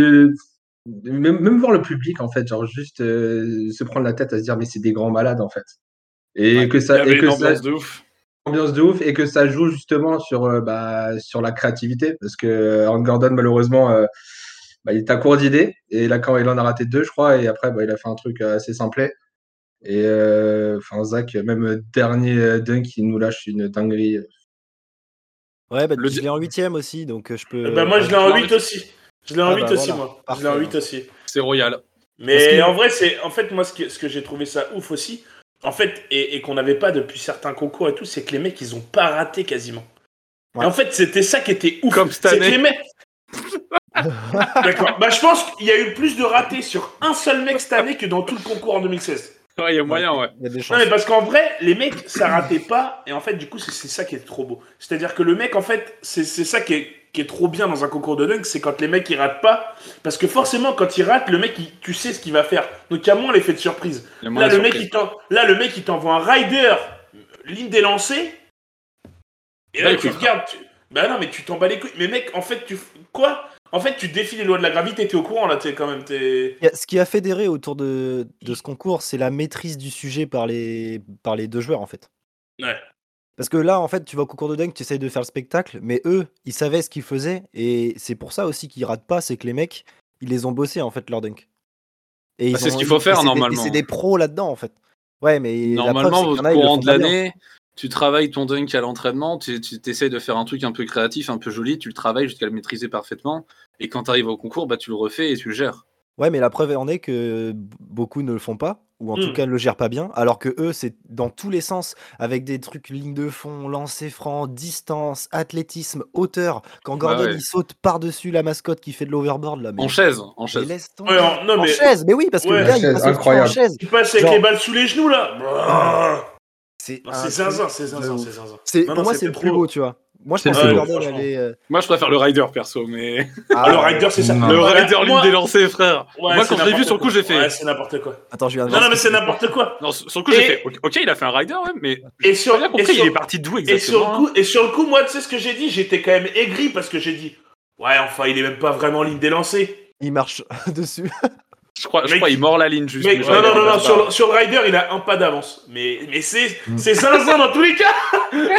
Speaker 4: même, même voir le public en fait, genre juste euh, se prendre la tête à se dire mais c'est des grands malades en fait. Et que
Speaker 2: Il y
Speaker 4: ça,
Speaker 2: avait
Speaker 4: et que
Speaker 2: une
Speaker 4: ça,
Speaker 2: ambiance de ouf.
Speaker 4: ambiance de ouf et que ça joue justement sur, euh, bah, sur la créativité parce que euh, Aaron Gordon malheureusement euh, bah, il est à court d'idées et là quand il en a raté deux je crois et après bah, il a fait un truc assez simplet et euh, enfin Zach même euh, dernier euh, dunk il nous lâche une dinguerie
Speaker 1: Ouais, bah,
Speaker 2: Le
Speaker 1: je
Speaker 2: di- Eh ben,
Speaker 1: l'ai en 8 aussi, donc euh, je peux.
Speaker 3: bah, moi, je l'ai
Speaker 2: non,
Speaker 3: en
Speaker 2: mais
Speaker 3: 8
Speaker 2: tu-
Speaker 3: aussi. Je l'ai en
Speaker 1: Ah,
Speaker 3: 8
Speaker 1: bah,
Speaker 3: aussi,
Speaker 1: voilà.
Speaker 3: moi. Je
Speaker 1: Parfait,
Speaker 3: l'ai en
Speaker 1: alors.
Speaker 3: 8 aussi.
Speaker 2: C'est royal.
Speaker 1: Parce
Speaker 3: Mais
Speaker 1: qu'il-
Speaker 3: en vrai, c'est en fait moi ce que, ce que j'ai trouvé ça ouf aussi, en fait, et, et qu'on n'avait pas depuis certains concours et tout, c'est que les mecs ils ont pas raté quasiment. Et
Speaker 1: Ouais.
Speaker 3: en fait, c'était ça qui était ouf.
Speaker 2: Comme cette
Speaker 3: C'est que
Speaker 2: année.
Speaker 3: les mecs. [LAUGHS] D'accord. Bah, je pense qu'il y a eu plus de ratés sur un seul mec cette année que dans tout le concours en 2016.
Speaker 2: Ouais, il y a moyen, ouais.
Speaker 1: Il y a des
Speaker 3: Non,
Speaker 1: chances.
Speaker 3: mais parce qu'en vrai, les mecs, ça ratait pas. Et en fait, du coup, c'est c'est ça qui est trop beau. C'est-à-dire que le mec, en fait, c'est c'est ça qui est, qui est trop bien dans un concours de dunk, c'est quand les mecs, ils ratent pas. Parce que forcément, quand il rate, le mec, il- tu sais ce qu'il va faire. Donc, il y a moins l'effet de surprise.
Speaker 2: Il y a moyen
Speaker 3: Là le,
Speaker 2: de
Speaker 3: mec,
Speaker 2: surprise.
Speaker 3: il t'en- là, le mec, il t'envoie un rider, ligne des lancers. Et là,
Speaker 2: Bah,
Speaker 3: tu
Speaker 2: écoute.
Speaker 3: regardes. tu- Bah non, mais tu t'en bats les couilles. Mais mec, en fait, tu. f- Quoi En fait, tu défies les lois de la gravité, t'es au courant là, t'es quand même. T'es...
Speaker 1: Il y a- Ce qui a fédéré autour de, de ce concours, c'est la maîtrise du sujet par les, par les deux joueurs, en fait.
Speaker 3: Ouais.
Speaker 1: Parce que là, en fait, tu vas au concours de dunk, tu essayes de faire le spectacle, mais eux, ils savaient ce qu'ils faisaient, et c'est pour ça aussi qu'ils ratent pas, c'est que les mecs, ils les ont bossés, en fait, leur dunk. Et
Speaker 2: Bah,
Speaker 1: ils
Speaker 2: c'est ce
Speaker 1: ont-
Speaker 2: qu'il faut
Speaker 1: et
Speaker 2: faire,
Speaker 1: c'est des- et
Speaker 2: normalement.
Speaker 1: C'est des pros là-dedans, en fait. Ouais, mais la preuve,
Speaker 2: Normalement,
Speaker 1: c'est qu'il y
Speaker 2: au
Speaker 1: en a, ils le
Speaker 2: courant
Speaker 1: font
Speaker 2: de
Speaker 1: pas bien.
Speaker 2: l'année, tu travailles ton dunk à l'entraînement, tu, tu essayes de faire un truc un peu créatif, un peu joli, tu le travailles jusqu'à le maîtriser parfaitement. Et quand tu arrives au concours, bah, tu le refais et tu le gères.
Speaker 1: Ouais, mais la preuve en est que b- beaucoup ne le font pas, ou en
Speaker 3: Mm.
Speaker 1: tout cas ne le gèrent pas bien, alors que eux, c'est dans tous les sens, avec des trucs ligne de fond, lancer franc, distance, athlétisme, hauteur. Quand
Speaker 2: Bah
Speaker 1: Gordon
Speaker 2: ouais.
Speaker 1: il saute par-dessus la mascotte qui fait de l'overboard là, mais,
Speaker 2: En chaise, en
Speaker 1: mais
Speaker 2: chaise.
Speaker 1: laisse tomber.
Speaker 3: Ouais, non, non,
Speaker 1: en
Speaker 3: mais.
Speaker 1: chaise, mais oui, parce que
Speaker 3: Ouais.
Speaker 1: le gars,
Speaker 4: En
Speaker 1: il passe
Speaker 4: chaise,
Speaker 1: au-dessus en
Speaker 4: incroyable.
Speaker 1: chaise.
Speaker 3: Tu passes avec
Speaker 1: Genre-
Speaker 3: les balles sous les genoux là Brrr.
Speaker 1: C'est
Speaker 3: Non,
Speaker 1: un
Speaker 3: C'est
Speaker 1: truc-
Speaker 3: zinzin, Ah, c'est zinzin,
Speaker 1: de
Speaker 3: c'est zinzin.
Speaker 1: c'est-
Speaker 3: Non,
Speaker 1: pour
Speaker 3: non,
Speaker 1: moi,
Speaker 3: c'était
Speaker 1: c'est le plus
Speaker 3: trop.
Speaker 1: beau, tu vois. Moi, je
Speaker 4: C'est
Speaker 1: pense
Speaker 4: le
Speaker 1: que
Speaker 4: plus beau,
Speaker 1: Gordon, elle
Speaker 3: franchement.
Speaker 1: est. euh,
Speaker 2: Moi, je préfère le rider perso, mais
Speaker 1: ah,
Speaker 3: [LAUGHS] Alors,
Speaker 1: ouais.
Speaker 3: rider, c'est ça.
Speaker 4: Non.
Speaker 2: le
Speaker 3: Moi-
Speaker 2: rider ligne
Speaker 3: moi-
Speaker 2: des lancers, frère.
Speaker 3: Ouais,
Speaker 2: moi,
Speaker 3: c'est
Speaker 2: quand je l'ai vu
Speaker 3: n'importe
Speaker 2: sur le coup,
Speaker 3: quoi.
Speaker 2: j'ai fait.
Speaker 3: Ouais, c'est n'importe quoi.
Speaker 1: Attends, je viens de
Speaker 3: Non,
Speaker 1: voir
Speaker 3: non,
Speaker 1: ce
Speaker 3: mais
Speaker 1: que
Speaker 3: c'est
Speaker 1: c'est.
Speaker 3: n'importe quoi.
Speaker 2: Non, sur sur le coup, j'ai
Speaker 3: Et-
Speaker 2: fait. Ok, ok, il a fait un rider, ouais, mais.
Speaker 3: Et sur.
Speaker 2: J'ai bien
Speaker 3: et
Speaker 2: compris,
Speaker 3: sur-
Speaker 2: il est parti d'où
Speaker 3: Et sur,
Speaker 2: exactement
Speaker 3: le coup, et sur le coup, moi, tu sais ce que j'ai dit J'étais quand même aigri parce que j'ai dit Ouais, enfin, il est même pas vraiment en ligne des lancers.
Speaker 1: Il marche [LAUGHS] dessus.
Speaker 2: Je crois, je
Speaker 3: Mec-
Speaker 2: crois il mord la ligne juste.
Speaker 3: Mec,
Speaker 2: mais
Speaker 3: non,
Speaker 2: j'aurais
Speaker 3: non,
Speaker 2: pas
Speaker 3: non, non,
Speaker 2: fait ça.
Speaker 3: sur, le- sur le rider, il a un pas d'avance. Mais, mais c'est
Speaker 4: Mm.
Speaker 3: c'est 500 dans tous
Speaker 2: [LAUGHS]
Speaker 3: les cas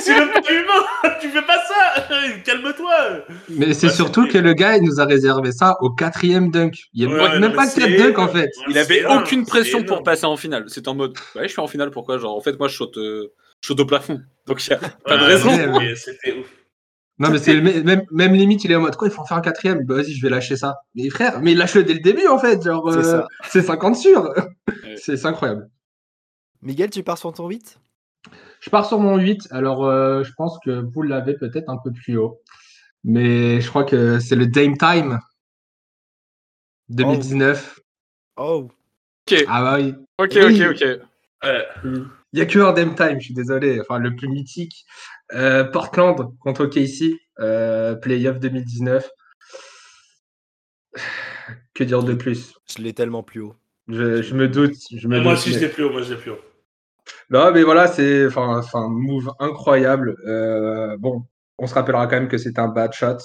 Speaker 3: C'est même pas humain [LAUGHS] Tu fais pas ça Calme-toi
Speaker 4: Mais c'est
Speaker 3: Ouais,
Speaker 4: surtout
Speaker 3: c'est-
Speaker 4: que le gars, il nous a réservé ça au quatrième dunk. Il n'y
Speaker 3: Ouais,
Speaker 4: a même
Speaker 3: non,
Speaker 4: pas
Speaker 3: mais
Speaker 4: de cap
Speaker 3: c'est-
Speaker 4: dunk en fait.
Speaker 2: Il avait
Speaker 3: C'est énorme,
Speaker 2: aucune
Speaker 3: c'est
Speaker 2: pression pour
Speaker 3: énorme.
Speaker 2: passer en finale. C'était en mode, ouais, je suis en finale, pourquoi Genre, en fait, moi, je saute, euh, je saute au plafond. Donc, il y a pas de
Speaker 3: Ouais,
Speaker 2: raison.
Speaker 4: raison.
Speaker 3: mais C'était ouf.
Speaker 4: Non, mais c'est
Speaker 3: [LAUGHS]
Speaker 4: le mé- même, même limite, il est en mode quoi, il faut en faire un quatrième. Bah, vas-y, je vais lâcher ça. Mais frère, mais lâche-le dès le début en fait. Genre,
Speaker 1: C'est
Speaker 4: euh,
Speaker 1: ça.
Speaker 4: c'est 50 sur. c'est c'est incroyable.
Speaker 1: Miguel, tu pars sur ton 8
Speaker 4: Je pars sur mon 8. Alors, euh, je pense que vous l'avez peut-être un peu plus haut. Mais je crois que c'est le Dame Time 2019.
Speaker 1: Oh,
Speaker 2: Ok,
Speaker 4: Ah bah oui.
Speaker 2: [LAUGHS] ok, ok,
Speaker 4: Oui.
Speaker 2: ok.
Speaker 3: Ouais.
Speaker 4: Il n'y a que un Dame Time, je suis désolé. Enfin, le plus mythique. Euh, Portland contre OKC, euh, Playoff 2019. Que dire de plus
Speaker 1: je l'ai tellement plus haut.
Speaker 4: je, je me doute. Je me
Speaker 3: Ah, Moi
Speaker 4: doute,
Speaker 3: aussi,
Speaker 4: mais-
Speaker 3: je l'ai plus haut, moi, je l'ai plus haut.
Speaker 4: Non, mais voilà, c'est enfin, enfin, move incroyable. Euh, bon, on se rappellera quand même que c'est un bad shot.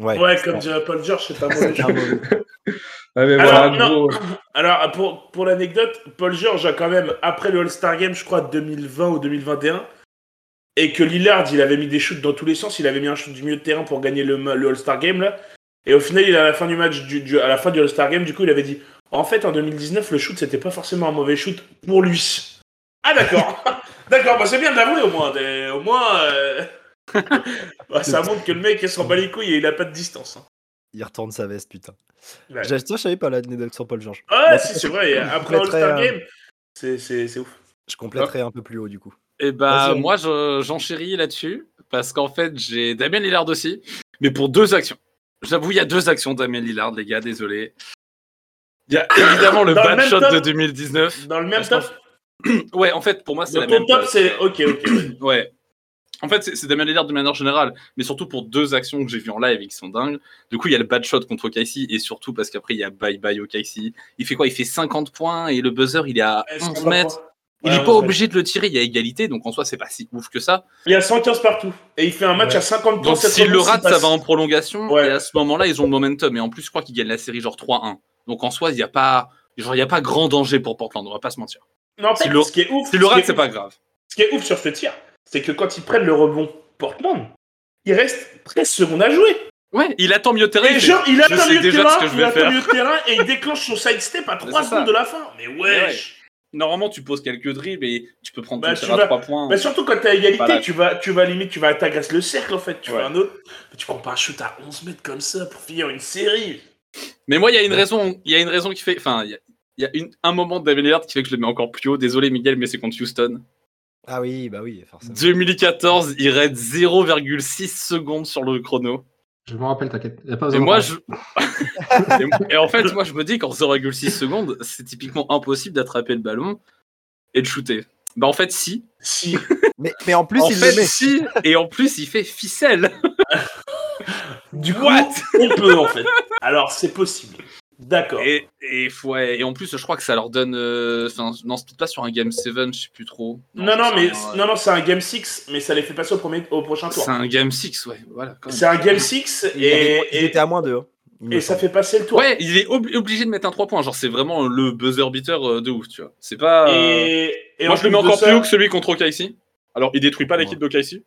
Speaker 1: Ouais.
Speaker 3: Ouais, comme dirait Paul George, c'est
Speaker 4: [LAUGHS]
Speaker 3: pas mauvais.
Speaker 1: C'est un mauvais.
Speaker 4: Ouais, Ah, mais
Speaker 3: Alors,
Speaker 4: voilà,
Speaker 3: non.
Speaker 4: gros.
Speaker 3: Alors, euh, pour, pour l'anecdote, Paul George a quand même, après le All-Star Game, je crois, 2020 ou 2021, et que Lillard, il avait mis des shoots dans tous les sens, il avait mis un shoot du milieu de terrain pour gagner le, ma- le All-Star Game, là. Et au final, il, à la fin du match, du, du- à la fin du All-Star Game, du coup, il avait dit En fait, en 2019, le shoot, c'était pas forcément un mauvais shoot pour lui. Ah, d'accord [LAUGHS] D'accord, bah c'est bien de l'avouer au moins. des- Au moins, euh, [LAUGHS] bah, ça montre que le mec, il s'en bat les couilles et il a pas de distance. hein.
Speaker 1: Il retourne sa veste, putain.
Speaker 3: Ouais.
Speaker 1: J'ai- Toi, je savais pas l'anecdote sur Paul George.
Speaker 3: Ah,
Speaker 1: Bon,
Speaker 3: si, c'est vrai, après
Speaker 1: je mettrais,
Speaker 3: All-Star
Speaker 1: euh,
Speaker 3: Game, c'est- c'est c'est ouf.
Speaker 1: Je compléterai un peu plus haut, du coup.
Speaker 2: Et bah,
Speaker 1: Vas-y.
Speaker 2: moi, je- j'enchéris là-dessus. Parce qu'en fait, j'ai Damien Lillard aussi. Mais pour deux actions. J'avoue, il y a deux actions Damien Lillard, les gars, désolé. Il y a évidemment le
Speaker 3: [COUGHS] Dans le
Speaker 2: bad
Speaker 3: même
Speaker 2: shot
Speaker 3: top.
Speaker 2: de 2019.
Speaker 3: Dans le même
Speaker 2: Parce
Speaker 3: top
Speaker 2: Ouais, en fait, pour moi, c'est la
Speaker 3: Donc ton
Speaker 2: même
Speaker 3: top,
Speaker 2: place.
Speaker 3: c'est. Ok, ok.
Speaker 2: [CLEARS THROAT]
Speaker 3: ouais.
Speaker 2: Ouais. En fait, c'est c'est Damien Lillard de manière générale, mais surtout pour deux actions que j'ai vues en live et qui sont dingues. Du coup, il y a le bad shot contre Casey, et surtout parce qu'après, il y a bye bye au Casey. Il fait quoi Il fait 50 points, et le buzzer, il est à
Speaker 3: Ouais,
Speaker 2: 11
Speaker 3: 123.
Speaker 2: mètres. Il
Speaker 3: Ouais,
Speaker 2: n'est
Speaker 3: 11
Speaker 2: pas
Speaker 3: mètres.
Speaker 2: obligé de le tirer, il y a égalité, donc en soi, c'est pas si ouf que ça.
Speaker 3: Il y a 115 partout. Et il fait un match
Speaker 4: Ouais.
Speaker 3: à 50 points.
Speaker 2: Donc, s'il le
Speaker 3: 76,
Speaker 2: rate,
Speaker 3: il
Speaker 2: ça
Speaker 3: passe.
Speaker 2: va en prolongation,
Speaker 3: Ouais.
Speaker 2: et à ce moment-là, ils ont le momentum. Et en plus, je crois qu'ils gagnent la série genre 3-1. Donc, en soi, il n'y a pas. Genre, il n'y a pas grand danger pour Portland, on va pas se mentir.
Speaker 3: Non, en fait,
Speaker 2: s'il le-
Speaker 3: ce qui est ouf.
Speaker 2: S'il le
Speaker 3: ce qui
Speaker 2: rate,
Speaker 3: est
Speaker 2: c'est
Speaker 3: ouf-
Speaker 2: pas grave.
Speaker 3: Ce qui est ouf sur ce tir, c'est que quand ils prennent le rebond Portland, il reste 13 secondes à jouer.
Speaker 2: Ouais, il attend mieux terrain.
Speaker 3: Et genre, il
Speaker 2: je
Speaker 3: atteint
Speaker 2: sais
Speaker 3: le
Speaker 2: déjà
Speaker 3: terrain,
Speaker 2: ce que je
Speaker 3: il
Speaker 2: vais
Speaker 3: atteint
Speaker 2: faire.
Speaker 3: le terrain et il déclenche son side step à 3
Speaker 2: c'est
Speaker 3: secondes
Speaker 2: ça.
Speaker 3: de la fin. Mais wesh
Speaker 2: Normalement, tu poses quelques dribbles et tu peux prendre
Speaker 3: Bah,
Speaker 2: ton
Speaker 3: tu
Speaker 2: tir à
Speaker 3: vas-
Speaker 2: 3 points.
Speaker 3: Bah, surtout quand t'es à égalité,
Speaker 2: Voilà.
Speaker 3: tu vas, tu vas limite, tu vas t'agresser le cercle en fait, tu
Speaker 2: Ouais.
Speaker 3: fais un autre, mais tu prends pas un shoot à 11 mètres comme ça pour finir une série.
Speaker 2: Mais moi, il y a une raison, il y a une raison qui fait, enfin, il y a, il y a une- un moment de David Lillard qui fait que je le mets encore plus haut. Désolé, Miguel, mais c'est contre Houston.
Speaker 1: Ah oui, bah oui, forcément.
Speaker 2: 2014, il raid 0,6 secondes sur le chrono.
Speaker 4: Je me rappelle, t'inquiète. Y a pas
Speaker 2: Et
Speaker 4: besoin.
Speaker 1: [LAUGHS]
Speaker 2: moi, je... et, moi- et en fait, moi, je me dis qu'en 0,6 secondes, c'est typiquement impossible d'attraper le ballon et de shooter. Bah, en fait, si.
Speaker 3: Si.
Speaker 1: [LAUGHS] Mais, mais en plus,
Speaker 2: en
Speaker 1: il
Speaker 2: fait,
Speaker 1: le met.
Speaker 2: si. Et en plus, il fait ficelle.
Speaker 3: Du coup, on peut en fait. Alors, c'est possible. D'accord.
Speaker 2: Et, et, faut- ouais, et en plus, je crois que ça leur donne. euh, Enfin, non, c'est peut-être pas sur un Game 7, je sais plus trop.
Speaker 3: Non, non,
Speaker 2: c'est
Speaker 3: mais
Speaker 2: un-
Speaker 3: non, non, c'est un Game 6, mais ça les fait passer au, premier, au prochain tour.
Speaker 2: C'est un Game 6, ouais. Voilà, quand même.
Speaker 3: C'est un Game 6
Speaker 1: Il avait- il
Speaker 3: et, et,
Speaker 1: était à moins hein. 2.
Speaker 3: et ça fait passer le tour.
Speaker 2: Ouais, il est ob- obligé de mettre un 3 points. Genre, c'est vraiment le buzzer beater euh, de ouf, tu vois. C'est pas. euh,
Speaker 3: Et, et en
Speaker 2: Moi, je le
Speaker 3: plus
Speaker 2: mets
Speaker 3: de
Speaker 2: encore
Speaker 3: ça-
Speaker 2: plus haut que celui contre OKC. Alors, il détruit pas l'équipe d'OKC,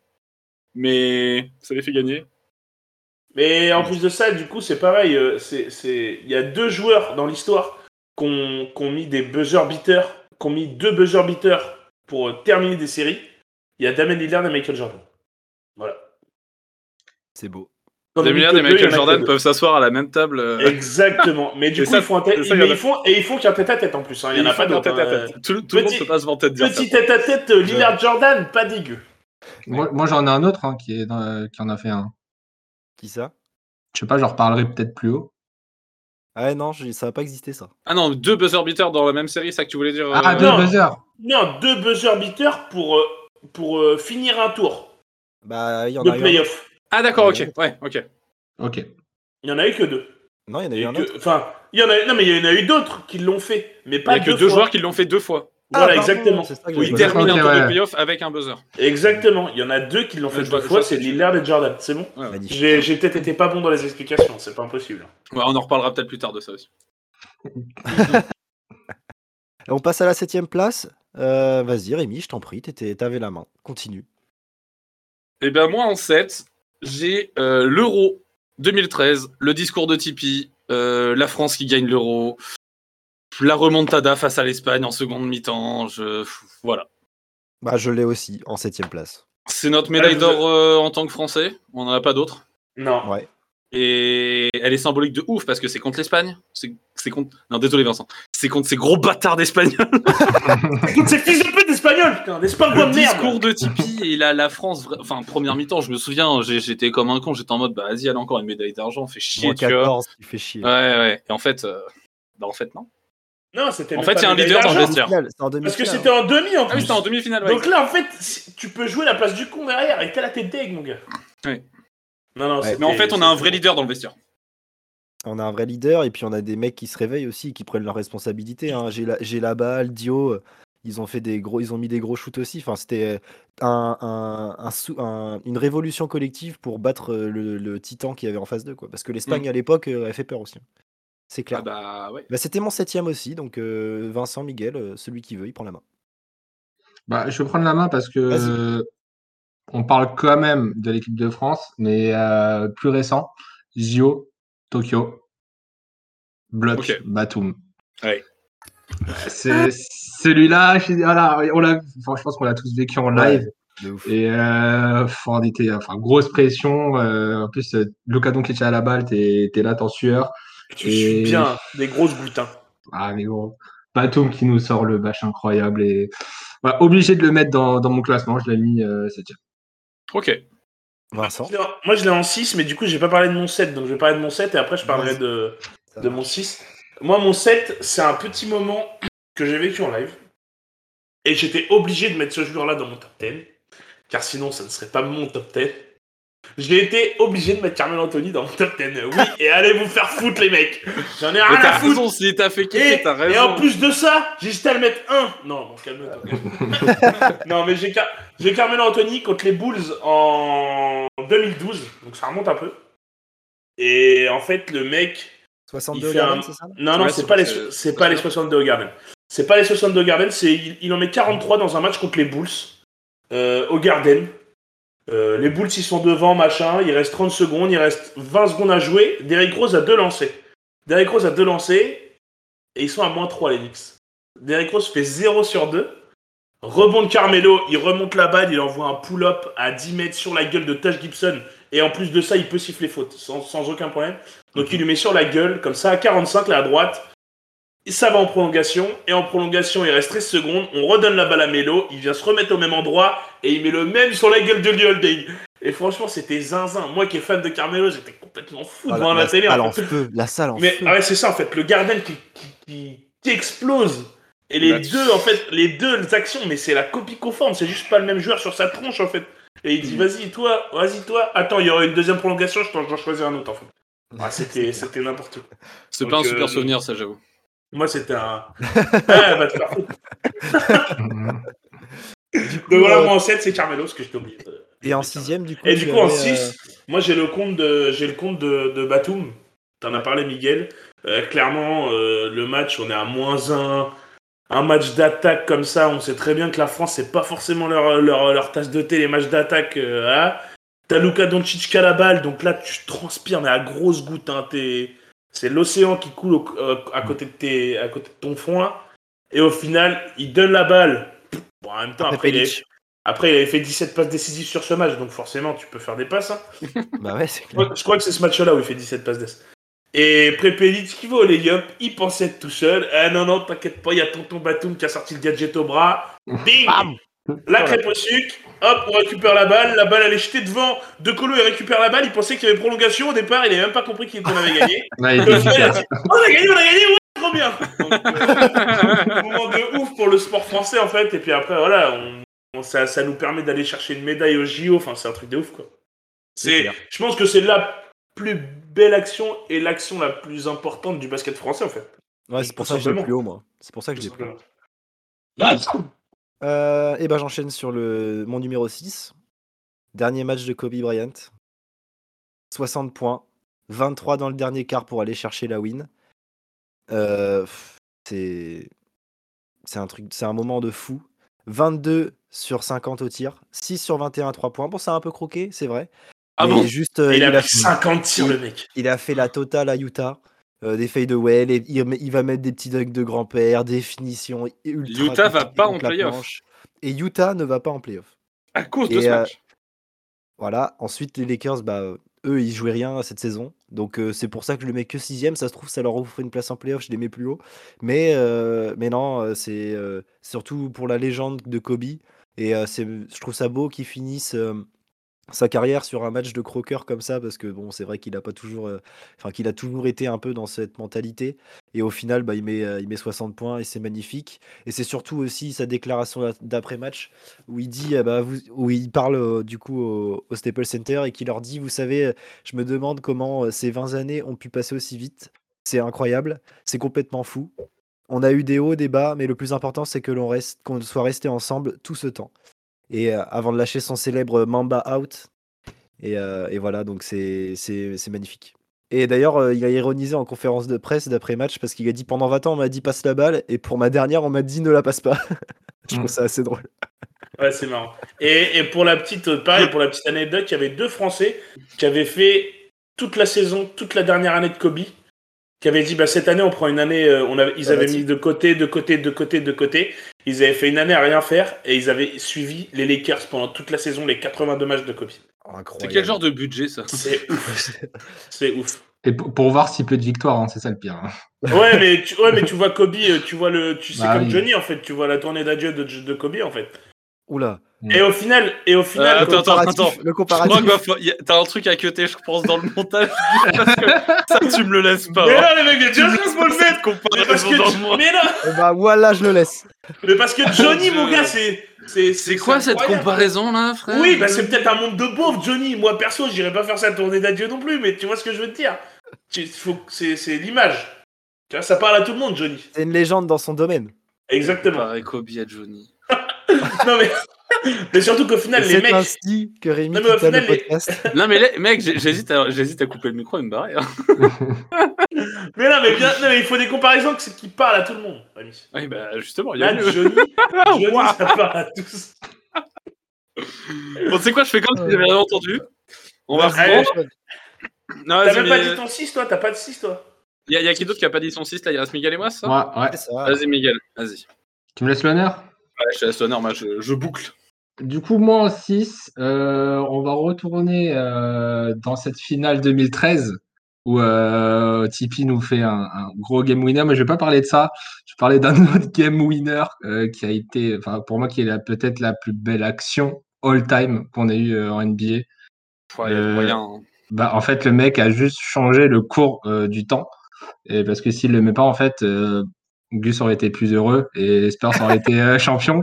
Speaker 2: mais ça les fait gagner.
Speaker 3: Mais en plus de ça, du coup, c'est pareil. euh, c'est- c'est- Il y a deux joueurs dans l'histoire qui ont qui ont mis des buzzer beaters, qui ont mis deux buzzer beaters pour euh, terminer des séries. Il y a Damien Lillard et Michael Jordan. Voilà.
Speaker 1: C'est beau.
Speaker 3: Quand
Speaker 2: Les
Speaker 3: on dit
Speaker 2: milliards
Speaker 3: que
Speaker 2: des
Speaker 3: deux, il y en
Speaker 2: Michael
Speaker 3: a que
Speaker 2: Jordan
Speaker 3: deux.
Speaker 2: peuvent s'asseoir à la même table. euh,
Speaker 3: Exactement. Mais
Speaker 2: Et
Speaker 3: du coup,
Speaker 2: ça,
Speaker 3: ils font un tête-
Speaker 2: et ça,
Speaker 3: ils-
Speaker 2: il y en a-
Speaker 3: ils font- et ils font qu'un tête à tête en plus. hein. Il y en a
Speaker 2: ils
Speaker 3: pas
Speaker 2: font
Speaker 3: d'autres.
Speaker 2: tête à
Speaker 3: hein.
Speaker 2: tête. Tout, tout le monde
Speaker 3: Petit-
Speaker 2: peut pas se vanter de dire ça.
Speaker 3: Petit tête à tête, Lillard Jordan, pas dégueu.
Speaker 4: Moi, moi, j'en ai un autre hein, qui, est dans- euh, qui en a fait un.
Speaker 1: Qui ça
Speaker 4: Je sais pas, j'en reparlerai peut-être plus haut.
Speaker 1: Ah ouais, non, j'ai- ça va pas exister, ça.
Speaker 2: Ah non, deux buzzer beaters dans la même série, c'est ça que tu voulais dire
Speaker 4: Ah,
Speaker 2: euh,
Speaker 4: deux
Speaker 3: non.
Speaker 4: buzzer
Speaker 3: Non, deux buzzer beaters pour, euh, pour euh, finir un tour
Speaker 1: Bah, il y en
Speaker 3: de
Speaker 1: a eu un.
Speaker 3: playoff.
Speaker 2: Ah, d'accord, ok. Ouais, ok.
Speaker 4: Ok.
Speaker 3: Il n'y en a eu que deux.
Speaker 1: Non, il y en a
Speaker 3: Il y
Speaker 1: eu
Speaker 3: a
Speaker 1: un
Speaker 3: que-
Speaker 1: autre.
Speaker 3: Enfin, il y en a, non, mais il y en a eu d'autres qui l'ont fait, mais
Speaker 2: Il y
Speaker 3: pas
Speaker 2: a que
Speaker 3: deux
Speaker 2: deux
Speaker 3: fois.
Speaker 2: joueurs qui l'ont fait deux fois.
Speaker 3: Voilà,
Speaker 1: Ah, pardon,
Speaker 3: exactement.
Speaker 1: c'est ça que
Speaker 2: Où
Speaker 1: j'avais
Speaker 2: il
Speaker 1: pas
Speaker 2: termine
Speaker 4: Ok,
Speaker 2: un tour de
Speaker 4: ouais.
Speaker 2: playoff avec un buzzer.
Speaker 3: Exactement. Il y en a deux qui l'ont fait
Speaker 2: Je
Speaker 3: deux
Speaker 2: vois-
Speaker 3: fois,
Speaker 2: je vois
Speaker 3: c'est
Speaker 2: ce que tu
Speaker 3: Lillard et Jordan. C'est bon
Speaker 1: compris. Magnifique.
Speaker 3: J'ai j'ai peut-être été pas bon dans les explications, c'est pas impossible.
Speaker 2: Ouais, on en reparlera peut-être plus tard de ça aussi.
Speaker 1: On passe à la septième place. Euh, Vas-y, Rémi, je t'en prie, t'étais- t'avais la main. Continue.
Speaker 2: Eh bien, moi, en 7, j'ai euh, l'Euro 2013, le discours de Tipeee, euh, la France qui gagne l'Euro, la remontada face à l'Espagne en seconde mi-temps. Je... Voilà.
Speaker 1: Bah, je l'ai aussi en septième place.
Speaker 2: C'est notre médaille
Speaker 3: vous-
Speaker 2: d'or euh, en tant que Français. On n'en a pas d'autres.
Speaker 3: Non.
Speaker 1: Ouais.
Speaker 2: Et elle est symbolique de ouf parce que c'est contre l'Espagne. C'est c'est contre. Non, désolé Vincent. C'est contre ces gros bâtards d'Espagnols.
Speaker 3: c'est fils de pute d'espagnol, putain, d'espagnol
Speaker 2: Le
Speaker 3: de Ah, merde
Speaker 2: discours de Tipeee et la, la France. vra- Enfin, première mi-temps, je me souviens, j'ai- j'étais comme un con. J'étais en mode, bah vas-y, elle a encore une médaille d'argent, fait chier,
Speaker 1: Moins
Speaker 2: tu vois.
Speaker 1: 14, tu fais chier.
Speaker 2: Ouais, ouais. Et en fait, euh, bah en fait, non.
Speaker 3: Non, c'était
Speaker 2: En
Speaker 3: même
Speaker 2: fait,
Speaker 3: pas
Speaker 2: il y a un
Speaker 3: médaille
Speaker 2: leader dans le
Speaker 3: d'argent.
Speaker 2: vestiaire. tiens.
Speaker 1: Final, C'est hein. en demi
Speaker 3: Parce que c'était en demi en
Speaker 2: Ah oui,
Speaker 3: plus.
Speaker 2: c'était en demi-finale, ouais.
Speaker 3: Donc là, en fait, si- tu peux jouer la place du con derrière et t'as la tête deg, mon gars.
Speaker 2: Ouais.
Speaker 3: Non, non,
Speaker 1: Ouais.
Speaker 3: c'était-
Speaker 2: Mais en fait, on a un vrai
Speaker 3: c'était-
Speaker 2: leader dans le vestiaire.
Speaker 1: On a un vrai leader et puis on a des mecs qui se réveillent aussi, qui prennent leurs responsabilités. Hein. J'ai la, j'ai la balle, Dio. euh, Ils ont fait des gros, ils ont mis des gros shoots aussi. Enfin, c'était euh, un, un- un sou- un- une révolution collective pour battre euh, le, le titan qui avait en face d'eux, quoi. Parce que
Speaker 3: Mm.
Speaker 1: l'Espagne à l'époque euh, elle fait peur aussi. C'est clair.
Speaker 2: Ah bah ouais.
Speaker 1: Bah, c'était mon septième aussi, donc euh, Vincent, Miguel, euh, celui qui veut, il prend la main.
Speaker 4: Bah, je vais prendre la main parce que
Speaker 1: Vas-y.
Speaker 4: euh, on parle quand même de l'équipe de France, mais euh, plus récent, JO, Tokyo, Bloc,
Speaker 2: Ok.
Speaker 4: Batum.
Speaker 2: Ouais.
Speaker 4: C'est celui-là, je- voilà, on l'a, enfin, je pense qu'on l'a tous vécu en
Speaker 1: Ouais,
Speaker 4: live.
Speaker 1: de ouf.
Speaker 4: Et euh, enfin, on était, enfin, grosse pression. euh, en plus, euh, Luka Doncic à la balle, t'es t'es là, t'es en sueur.
Speaker 3: Tu suis
Speaker 4: Et-
Speaker 3: bien des grosses gouttes. hein.
Speaker 4: Ah, mais gros. Batum qui nous sort le bâche incroyable. Et... Voilà, obligé de le mettre dans, dans mon classement. Je l'ai mis euh, septième.
Speaker 2: Ok.
Speaker 1: Vincent,
Speaker 3: Je l'ai en- Moi, je l'ai en 6, mais du coup, j'ai pas parlé de mon 7. Donc, je vais parler de mon 7 et après, je parlerai
Speaker 1: Vas-y.
Speaker 3: de,
Speaker 1: Ça
Speaker 3: de
Speaker 1: marche.
Speaker 3: mon 6. Moi, mon 7, c'est un petit moment que j'ai vécu en live. Et j'étais obligé de mettre ce joueur-là dans mon top 10. Car sinon, ça ne serait pas mon top 10. J'ai été obligé de mettre Carmel Anthony dans mon top 10. Oui, et allez vous faire foutre, les mecs. J'en ai
Speaker 2: Mais
Speaker 3: rien
Speaker 2: t'as
Speaker 3: à foutre.
Speaker 2: raison, si t'as fait
Speaker 3: Ah, Et,
Speaker 2: kiffer, t'as
Speaker 3: et
Speaker 2: raison.
Speaker 3: en plus de ça, j'ai juste à le mettre un. Non, bon, calme-toi.
Speaker 2: [LAUGHS]
Speaker 3: calme-toi. non, mais j'ai Car- j'ai Carmelo Anthony contre les Bulls en 2012, donc ça remonte un peu. Et en fait, le mec.
Speaker 1: 62
Speaker 3: il fait un-
Speaker 1: Garden, c'est ça là
Speaker 3: Non, non,
Speaker 2: Ouais,
Speaker 3: c'est
Speaker 2: c'est-
Speaker 3: pas, les
Speaker 2: c'est-
Speaker 3: so- c'est pas les 62 au Garden. C'est pas les 62 au Garden, c'est il, il en met 43 dans un match contre les Bulls euh, au Garden. Euh, les Bulls, ils sont devant, machin. Il reste 30 secondes, il reste 20 secondes à jouer. Derrick Rose a deux lancers. Derrick Rose a deux lancers et ils sont à moins 3 les Knicks. Derrick Rose fait 0 sur 2. Rebond de Carmelo, il remonte la balle, il envoie un pull-up à 10 mètres sur la gueule de Taj Gibson. Et en plus de ça, il peut siffler faute, sans, sans aucun problème. Donc il lui met sur la gueule, comme ça, à 45, là à droite. Et ça va en prolongation. Et en prolongation, il reste 13 secondes. On redonne la balle à Melo, il vient se remettre au même endroit. Et il met le même sur la gueule de Lee Holding. Et franchement, c'était zinzin. Moi qui est fan de Carmelo, j'étais complètement fou
Speaker 1: Ah,
Speaker 3: devant la, télé.
Speaker 1: salle
Speaker 3: en
Speaker 1: en
Speaker 3: fait.
Speaker 1: feu, la salle en
Speaker 3: Mais
Speaker 1: feu.
Speaker 3: ah ouais, c'est ça en fait, le Garden qui, qui, qui- qui explose. Et les
Speaker 2: Bah, tu-
Speaker 3: deux, en fait, les deux les actions, mais c'est la copie conforme, c'est juste pas le même joueur sur sa tronche en fait. Et il dit,
Speaker 1: Mm.
Speaker 3: vas-y, toi, vas-y, toi, attends, il y aura une deuxième prolongation, je t'en j'en choisis un autre
Speaker 1: [LAUGHS]
Speaker 3: en fait. Ah, c'était c'était n'importe quoi.
Speaker 2: C'est pas un
Speaker 3: Donc,
Speaker 2: super
Speaker 3: euh,
Speaker 2: souvenir, ça, j'avoue.
Speaker 3: Moi,
Speaker 1: [LAUGHS]
Speaker 3: c'était un. Ah, va te faire foutre. Donc voilà, moi en 7, c'est Carmelo, ce que je t'ai oublié. de-
Speaker 1: Et en sixième, du coup.
Speaker 3: Et
Speaker 1: tu
Speaker 3: du coup, en
Speaker 1: avais,
Speaker 3: 6,
Speaker 1: euh,
Speaker 3: moi j'ai le compte de, j'ai le compte de, de Batum. T'en as parlé, Miguel. Euh, clairement, euh, le match, on est à moins 1. Un match d'attaque comme ça, on sait très bien que la France, c'est pas forcément leur, leur, leur tasse de thé, les matchs d'attaque. euh, hein. T'as Luka Doncic qui a la balle, donc là, tu transpires, mais à grosses gouttes. hein. T'es- c'est l'océan qui coule au- euh, à, côté de tes, à côté de ton front. là. Et au final, il donne la balle. Bon, en même temps,
Speaker 1: Après
Speaker 3: après, il, avait,
Speaker 1: Pelic.
Speaker 3: après, il avait fait 17 passes décisives sur ce match, donc forcément, tu peux faire des passes. hein.
Speaker 1: Bah ouais, c'est
Speaker 3: Je
Speaker 1: clair.
Speaker 3: crois- Je crois que c'est ce match-là où il fait 17 passes d'ess. Et Prepelic qui va au lay-up, il pense être tout seul. Ah non, non, t'inquiète pas, il y a tonton Batum qui a sorti le gadget au bras. Bing
Speaker 1: Bam
Speaker 3: La crêpe au sucre, hop, on récupère la balle, la balle elle est jetée devant. De Colo, il récupère la balle, il pensait qu'il y avait prolongation au départ, il avait même pas compris qu'il- qu'on avait gagné.
Speaker 4: Ouais, il
Speaker 3: Le
Speaker 4: était
Speaker 3: final, il a
Speaker 4: efficace.
Speaker 3: dit, on a gagné, on a gagné, ouais, trop bien [LAUGHS] Donc, euh, Moment de ouf pour le sport français en fait, et puis après, voilà, on- on- ça, ça nous permet d'aller chercher une médaille au JO, enfin c'est un truc de ouf quoi.
Speaker 1: C'est
Speaker 3: C'est,
Speaker 1: clair.
Speaker 3: je pense que c'est la plus belle action et l'action la plus importante du basket français en fait.
Speaker 1: Ouais, c'est pour ça que je l'ai
Speaker 3: simplement.
Speaker 1: plus haut, moi. C'est pour ça que je l'ai
Speaker 3: Tout
Speaker 1: plus haut.
Speaker 3: simplement.
Speaker 1: Euh, et ben j'enchaîne sur le mon numéro 6. Dernier match de Kobe Bryant. 60 points, 23 dans le dernier quart pour aller chercher la win. Euh, pff, c'est c'est un truc, c'est un moment de fou. 22 sur 50 au tir, 6 sur 21 à 3 points. Bon, ça a un peu croqué, c'est vrai.
Speaker 2: Ah
Speaker 1: Mais
Speaker 2: bon
Speaker 1: juste, euh,
Speaker 3: Et il a pris
Speaker 1: fait-
Speaker 3: 50 tirs, le mec.
Speaker 1: il a fait la totale à Utah. euh, des feuilles de well, et il, il va mettre des petits dunks de grand-père, des finitions ultra
Speaker 2: Utah va
Speaker 1: compliquées
Speaker 2: pas en
Speaker 1: contre la
Speaker 2: playoff.
Speaker 1: planche. Et Utah ne va pas en playoff.
Speaker 2: À cause de
Speaker 1: Et,
Speaker 2: ce
Speaker 1: euh,
Speaker 2: match.
Speaker 1: Voilà. Ensuite, les Lakers, bah, euh, eux, ils jouaient rien cette saison. Donc, euh, c'est pour ça que je le mets que sixième. Ça se trouve, ça leur offre une place en playoff. Je les mets plus haut. Mais, euh, mais non, euh, c'est euh, surtout pour la légende de Kobe. Et euh, c'est, je trouve ça beau qu'ils finissent euh, sa carrière sur un match de croqueur comme ça. Parce que, bon, c'est vrai qu'il a pas toujours. euh, Enfin, qu'il a toujours été un peu dans cette mentalité. Et au final, bah, il, met, euh, il met 60 points et c'est magnifique. Et c'est surtout aussi sa déclaration d'a- d'après-match où il dit eh bah, vous, où il parle euh, du coup au, au Staples Center et qui leur dit vous savez euh, je me demande comment euh, ces 20 années ont pu passer aussi vite c'est incroyable c'est complètement fou on a eu des hauts des bas mais le plus important c'est que l'on reste qu'on soit resté ensemble tout ce temps et euh, avant de lâcher son célèbre Mamba out et, euh, et voilà donc c'est c'est c'est magnifique et d'ailleurs, euh, il a ironisé en conférence de presse d'après match parce qu'il a dit pendant 20 ans, on m'a dit passe la balle, et pour ma dernière, on m'a dit ne la passe pas. [LAUGHS] Je trouve ça assez drôle.
Speaker 3: Ouais, c'est marrant. Et, et pour la petite, euh, pareil, pour la petite anecdote, il y avait deux Français qui avaient fait toute la saison, toute la dernière année de Kobe, qui avaient dit bah, cette année, on prend une année. euh, on avait, ils avaient
Speaker 1: Sabbatique.
Speaker 3: mis de côté, de côté, de côté, de côté. Ils avaient fait une année à rien faire et ils avaient suivi les Lakers pendant toute la saison, les 82 matchs de Kobe.
Speaker 2: C'est quel genre de budget ça [LAUGHS]
Speaker 3: C'est [LAUGHS] ouf. C'est ouf.
Speaker 4: Et pour, pour voir si peu de victoires, hein, c'est ça le pire. hein.
Speaker 3: Ouais, mais tu, ouais, mais tu vois Kobe, euh, tu vois le, tu sais
Speaker 4: Bah
Speaker 3: comme
Speaker 4: oui.
Speaker 3: Johnny en fait, tu vois la tournée d'adieu de, de Kobe en fait.
Speaker 1: Oula.
Speaker 3: Et au final, et au final,
Speaker 2: Euh,
Speaker 1: Le
Speaker 2: attends, attends,
Speaker 1: comparatif-
Speaker 2: attends.
Speaker 1: Le
Speaker 2: Je crois
Speaker 1: comparatif.
Speaker 2: que va fa- y a- t'as un truc à cuter, je pense, dans le montage. [LAUGHS] parce que ça, tu me le laisses pas.
Speaker 3: mais
Speaker 2: hein.
Speaker 3: là, les mecs, il y a
Speaker 2: Tu
Speaker 3: déjà
Speaker 2: me laisses pas
Speaker 3: le
Speaker 2: cette
Speaker 3: mais parce
Speaker 2: comparaison dans
Speaker 3: que,
Speaker 2: moi.
Speaker 3: mais non,
Speaker 1: Eh bah voilà, je le laisse.
Speaker 3: Mais parce que Johnny,
Speaker 2: Je-
Speaker 3: mon gars, c'est. C'est
Speaker 2: C'est quoi cette
Speaker 3: incroyable.
Speaker 2: comparaison là, frère
Speaker 3: Oui, bah c'est peut-être un monde de pauvres, Johnny. Moi, perso, j'irais pas faire sa tournée d'adieu non plus, mais tu vois ce que je veux te dire. Tu- faut que- C'est c'est l'image. Tu vois, ça parle à tout le monde, Johnny.
Speaker 1: C'est une légende dans son domaine.
Speaker 3: Exactement.
Speaker 2: Pareil, Kobe à Ah, Johnny.
Speaker 3: non, mais. [LAUGHS] Mais surtout qu'au final,
Speaker 1: Et
Speaker 3: les
Speaker 1: c'est
Speaker 3: mecs.
Speaker 1: ainsi que Rémi
Speaker 3: Non, mais au
Speaker 1: quitta le
Speaker 3: final, les-
Speaker 1: podcast.
Speaker 2: [LAUGHS] Non mais les- mec, j'ai- j'hésite à, j'hésite à couper le micro et me barrer. hein.
Speaker 3: Mais non, mais bien. Non, mais il faut des comparaisons que c'est- qui parlent à tout le monde, Rémi.
Speaker 2: Oui, bah justement, il y a
Speaker 3: Là,
Speaker 2: mieux.
Speaker 3: Johnny, Johnny ça parle à tous.
Speaker 2: Bon, tu sais quoi, je fais comme si j'avais rien entendu. On va
Speaker 3: Allez,
Speaker 2: reprendre. Non,
Speaker 3: T'as
Speaker 2: vas-y,
Speaker 3: même pas
Speaker 2: mais-
Speaker 3: dit ton 6, toi T'as pas de 6, toi
Speaker 2: Il y, a- il y a qui d'autre qui a pas dit son 6 là Il reste Miguel et moi, ça
Speaker 4: Ouais, ouais.
Speaker 1: C'est ça.
Speaker 2: Vas-y, Miguel, vas-y.
Speaker 4: Tu me laisses l'honneur
Speaker 2: Ouais, je te laisse l'honneur, moi, je, je boucle.
Speaker 4: Du coup, moi en 6, on va retourner euh, dans cette finale 2013 où euh, Tipeee nous fait un, un gros game winner, mais je vais pas parler de ça. Je vais parler d'un [LAUGHS] autre game winner euh, qui a été, enfin, pour moi, qui est la- peut-être la plus belle action all-time qu'on ait eue euh, en NBA.
Speaker 2: Ouais, il y a
Speaker 4: Euh,
Speaker 2: moyen. hein.
Speaker 4: Bah, en fait, le mec a juste changé le cours euh, du temps. Et parce que s'il le met pas, en fait, euh, Gus aurait été plus heureux et Spurs aurait été euh, [LAUGHS] champion.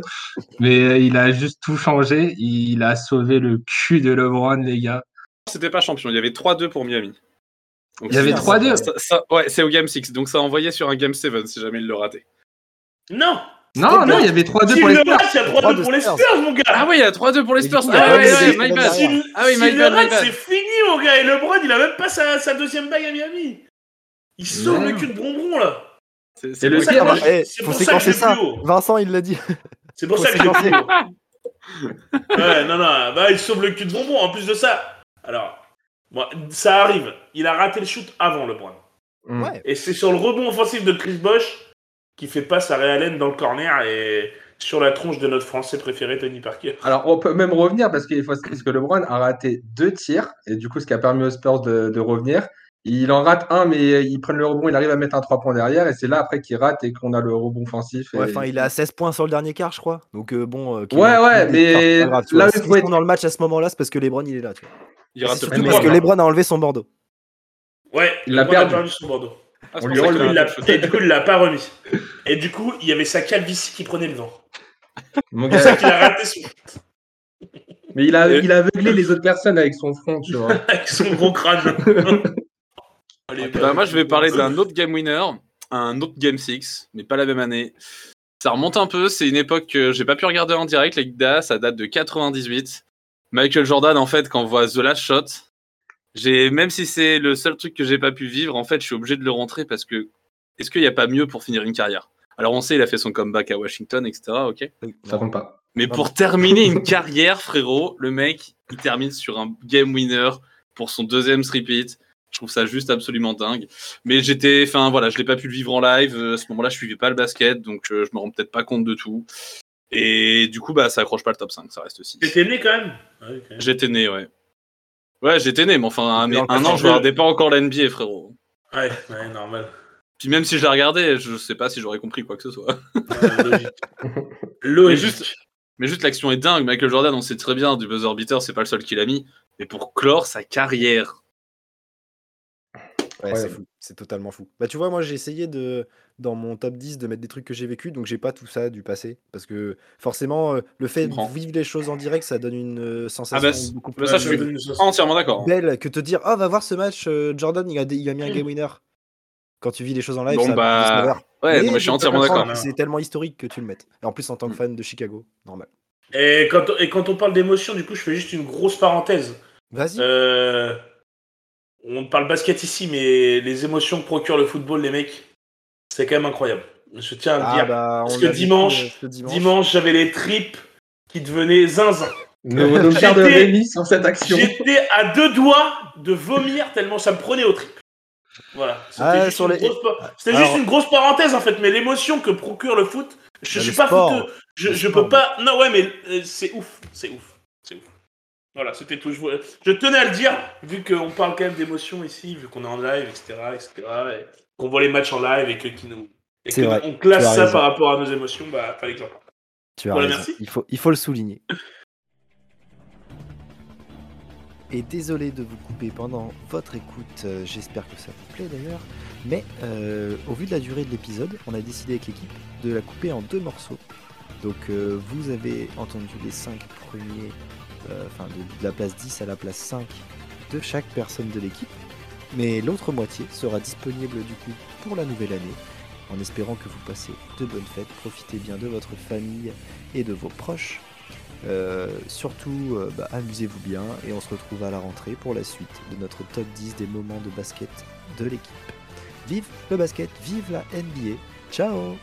Speaker 4: Mais euh, il a juste tout changé. Il a sauvé le cul de LeBron, les gars.
Speaker 2: C'était pas champion, il y avait 3-2 pour Miami. Donc,
Speaker 4: Il y avait
Speaker 2: ça-
Speaker 4: 3-2.
Speaker 2: ça- ça- Ouais, c'est au Game 6, donc ça envoyait sur un Game 7 si jamais il le ratait.
Speaker 3: Non
Speaker 4: Non, non, il y avait 3-2
Speaker 3: S'il
Speaker 4: pour les
Speaker 3: le
Speaker 4: Spurs.
Speaker 3: rate, il y a 3
Speaker 1: Trois
Speaker 3: 2
Speaker 1: de
Speaker 3: pour les
Speaker 1: Spurs.
Speaker 3: Spurs, mon gars
Speaker 2: Ah oui, il y a 3-2 pour les
Speaker 4: Et du
Speaker 2: Spurs.
Speaker 4: coup,
Speaker 2: Ah,
Speaker 4: il y a
Speaker 2: ouais,
Speaker 4: deux
Speaker 2: ouais,
Speaker 1: équipes
Speaker 2: my
Speaker 1: dans
Speaker 2: bad.
Speaker 1: la-
Speaker 3: Si le-
Speaker 2: Ah oui,
Speaker 3: si
Speaker 2: my
Speaker 3: le
Speaker 2: bad, my
Speaker 3: rate,
Speaker 2: bad.
Speaker 3: c'est fini, mon gars. Et LeBron, il a même pas sa, sa deuxième bague à Miami. Il sauve
Speaker 4: Non.
Speaker 3: le cul de Bronbron, là.
Speaker 2: C'est-
Speaker 4: Et
Speaker 2: C'est
Speaker 4: le hein.
Speaker 2: pour ça
Speaker 1: Ah
Speaker 2: que
Speaker 3: pire,
Speaker 2: moi,
Speaker 1: bah,
Speaker 3: je-
Speaker 1: eh,
Speaker 3: c'est
Speaker 1: faut
Speaker 3: pour ça que
Speaker 1: séquencer
Speaker 3: je l'ai
Speaker 1: ça.
Speaker 3: plus haut.
Speaker 1: Vincent, il l'a dit.
Speaker 3: C'est pour
Speaker 1: Faut
Speaker 3: ça que j'ai
Speaker 1: séquencer.
Speaker 3: plus haut. Ouais, non, non. Bah, il sauve le cul de Bronbron. En plus de ça, alors, bon, ça arrive. Il a raté le shoot avant LeBron.
Speaker 4: Mm.
Speaker 1: Ouais.
Speaker 3: Et c'est sur le rebond offensif de Chris Bosch qui fait pas sa réalène dans le corner et sur la tronche de notre Français préféré, Tony Parker.
Speaker 4: Alors, on peut même revenir parce qu'il faut parce que LeBron a raté deux tirs et du coup, ce qui a permis aux Spurs de, de revenir. Il en rate un, mais euh, ils prennent le rebond, il arrive à mettre un 3 points derrière et c'est là après qu'il rate et qu'on a le rebond offensif. et-
Speaker 1: Ouais, Enfin, il a 16 points sur le dernier quart, je crois. Donc euh, bon. euh, qu'il
Speaker 4: Ouais,
Speaker 1: ait-
Speaker 4: ouais,
Speaker 1: qu'il
Speaker 4: mais
Speaker 1: ait- c'est pas grave, tu vois.
Speaker 4: là,
Speaker 1: S'ils
Speaker 4: faut être-
Speaker 1: sont dans le match à ce moment-là, c'est parce que LeBron il est là. Tu vois.
Speaker 2: il
Speaker 1: Et c'est
Speaker 2: rate le
Speaker 1: surtout
Speaker 2: premier
Speaker 1: parce que
Speaker 2: point.
Speaker 4: les-
Speaker 1: LeBron a enlevé son Bordeaux.
Speaker 3: Ouais,
Speaker 4: Il l'a
Speaker 3: LeBron a
Speaker 4: perdu.
Speaker 3: son Bordeaux.
Speaker 2: Ah, c'est
Speaker 4: On
Speaker 2: pour
Speaker 4: lui
Speaker 2: ça
Speaker 4: enlève
Speaker 2: qu'il
Speaker 3: Il
Speaker 2: a
Speaker 3: l'a-
Speaker 2: raté le
Speaker 3: Et
Speaker 2: shoot.
Speaker 3: du coup, il l'a pas remis. Et du coup, il y avait sa calvitie qui prenait
Speaker 1: [LAUGHS]
Speaker 3: le vent.
Speaker 4: [LAUGHS]
Speaker 3: C'est
Speaker 4: Mon gars,
Speaker 3: pour ça qu'il a raté son,
Speaker 4: Mais il a,
Speaker 2: Et-
Speaker 4: il a aveuglé les autres personnes avec son front, tu vois.
Speaker 3: avec son
Speaker 2: [LAUGHS]
Speaker 3: gros crâne. Allez,
Speaker 2: Bah, moi, je vais parler d'un autre Game Winner, un autre Game 6, mais pas la même année. Ça remonte un peu, c'est une époque que j'ai pas pu regarder en direct, les gars, ça date de 98. Michael Jordan, en fait, quand on voit The Last Shot, j'ai, même si c'est le seul truc que j'ai pas pu vivre, en fait, je suis obligé de le rentrer parce que est-ce qu'il n'y a pas mieux pour finir une carrière Alors, on sait, il a fait son comeback à Washington, etc. Ok.
Speaker 4: Ça compte pas.
Speaker 2: Mais pour terminer une carrière, frérot, le mec, il termine sur un game winner pour son deuxième repeat. Je trouve ça juste absolument dingue. Mais j'étais, enfin voilà, je l'ai pas pu le vivre en live. Euh, À ce moment-là, je suivais pas le basket, donc euh, je me rends peut-être pas compte de tout. Et du coup, bah, ça accroche pas le top 5, ça reste 6.
Speaker 3: T'étais né quand même Ouais, quand même.
Speaker 2: J'étais né, ouais. Ouais, j'étais né, mais enfin,
Speaker 1: Mais
Speaker 2: un,
Speaker 1: en
Speaker 2: un an, je
Speaker 3: fait,
Speaker 2: regardais pas encore la NBA, frérot.
Speaker 3: Ouais, ouais, normal.
Speaker 2: Puis même si je la regardais, je sais pas si j'aurais compris quoi que ce soit. [LAUGHS]
Speaker 3: Ouais, logique.
Speaker 2: Mais
Speaker 3: Logique.
Speaker 2: juste, mais juste l'action est dingue. Michael Jordan, on sait très bien, du buzzer beater, c'est pas le seul qui l'a mis. Mais pour clore sa carrière.
Speaker 1: Ouais,
Speaker 4: Ouais.
Speaker 1: c'est fou, c'est totalement fou. Bah tu vois, moi j'ai essayé de dans mon top 10 de mettre des trucs que j'ai vécu, donc j'ai pas tout ça du passé parce que forcément euh, le fait
Speaker 2: comprends.
Speaker 1: de vivre les choses en direct, ça donne une euh, sensation
Speaker 2: c'est-
Speaker 1: beaucoup
Speaker 2: bah
Speaker 1: plus euh,
Speaker 2: ça, je suis
Speaker 3: Ouais, ça, ça,
Speaker 2: Entièrement d'accord.
Speaker 1: belle que te dire "Ah, va voir ce match euh, Jordan, il a, dé- il a mis un game winner." Quand tu vis les choses en live,
Speaker 2: Mmh.
Speaker 1: ça a plus
Speaker 2: Bon,
Speaker 1: de
Speaker 2: bah,
Speaker 1: saveur.
Speaker 2: Ouais,
Speaker 1: Mais
Speaker 2: non, mais je
Speaker 1: je
Speaker 2: suis
Speaker 1: peux
Speaker 2: entièrement
Speaker 1: comprendre,
Speaker 2: d'accord. Mmh.
Speaker 3: d'accord.
Speaker 1: C'est tellement historique que tu le mettes. Et en plus en tant que fan de Chicago, normal.
Speaker 3: Et quand, on- et quand on parle d'émotion, du coup, je fais juste une grosse parenthèse.
Speaker 1: Vas-y.
Speaker 3: Euh, on parle basket ici, mais les émotions que procure le football, les mecs, c'est quand même incroyable. Je tiens à le
Speaker 1: Ah
Speaker 3: dire.
Speaker 1: bah
Speaker 3: parce
Speaker 1: on
Speaker 3: que
Speaker 1: l'a vécu,
Speaker 3: dimanche-
Speaker 1: euh, ce dimanche.
Speaker 3: Dimanche, j'avais les tripes qui devenaient zinzin.
Speaker 4: Ne vous nous faire de
Speaker 3: J'étais-
Speaker 4: Rémi sur cette action.
Speaker 3: J'étais à deux doigts de vomir tellement ça me prenait au tripes. Voilà. C'était
Speaker 1: Ah,
Speaker 3: juste,
Speaker 1: sur
Speaker 3: une
Speaker 1: les-
Speaker 3: grosse pa- c'était
Speaker 1: Alors-
Speaker 3: juste une grosse parenthèse en fait, mais l'émotion que procure le foot, je
Speaker 1: Bah,
Speaker 3: suis
Speaker 1: le
Speaker 3: pas
Speaker 1: sport.
Speaker 3: footeux. Je,
Speaker 1: Le
Speaker 3: je
Speaker 1: sport,
Speaker 3: peux pas. Non, ouais, mais euh, c'est ouf. C'est ouf. C'est ouf. Voilà, c'était tout. Je, voulais- je tenais à le dire, vu qu'on parle quand même d'émotion ici, vu qu'on est en live, etc. etc. et qu'on voit les matchs en live et que qui nous. et
Speaker 1: C'est
Speaker 3: que
Speaker 1: vrai,
Speaker 3: on
Speaker 1: tu
Speaker 3: classe
Speaker 1: as
Speaker 3: ça
Speaker 1: raison.
Speaker 3: par rapport à nos émotions, bah, par exemple.
Speaker 1: Tu as
Speaker 3: Voilà,
Speaker 1: raison.
Speaker 3: merci.
Speaker 1: Il faut, il faut le souligner. [LAUGHS] Et désolé de vous couper pendant votre écoute, euh, j'espère que ça vous plaît d'ailleurs, mais euh, au vu de la durée de l'épisode, on a décidé avec l'équipe de la couper en deux morceaux. Donc euh, vous avez entendu les cinq premiers, euh, enfin de, de la place 10 à la place 5 de chaque personne de l'équipe, mais l'autre moitié sera disponible du coup pour la nouvelle année, en espérant que vous passez de bonnes fêtes, profitez bien de votre famille et de vos proches. Euh, surtout, euh, bah, amusez-vous bien et on se retrouve à la rentrée pour la suite de notre top 10 des moments de basket de l'équipe. Vive le basket, vive la NBA. Ciao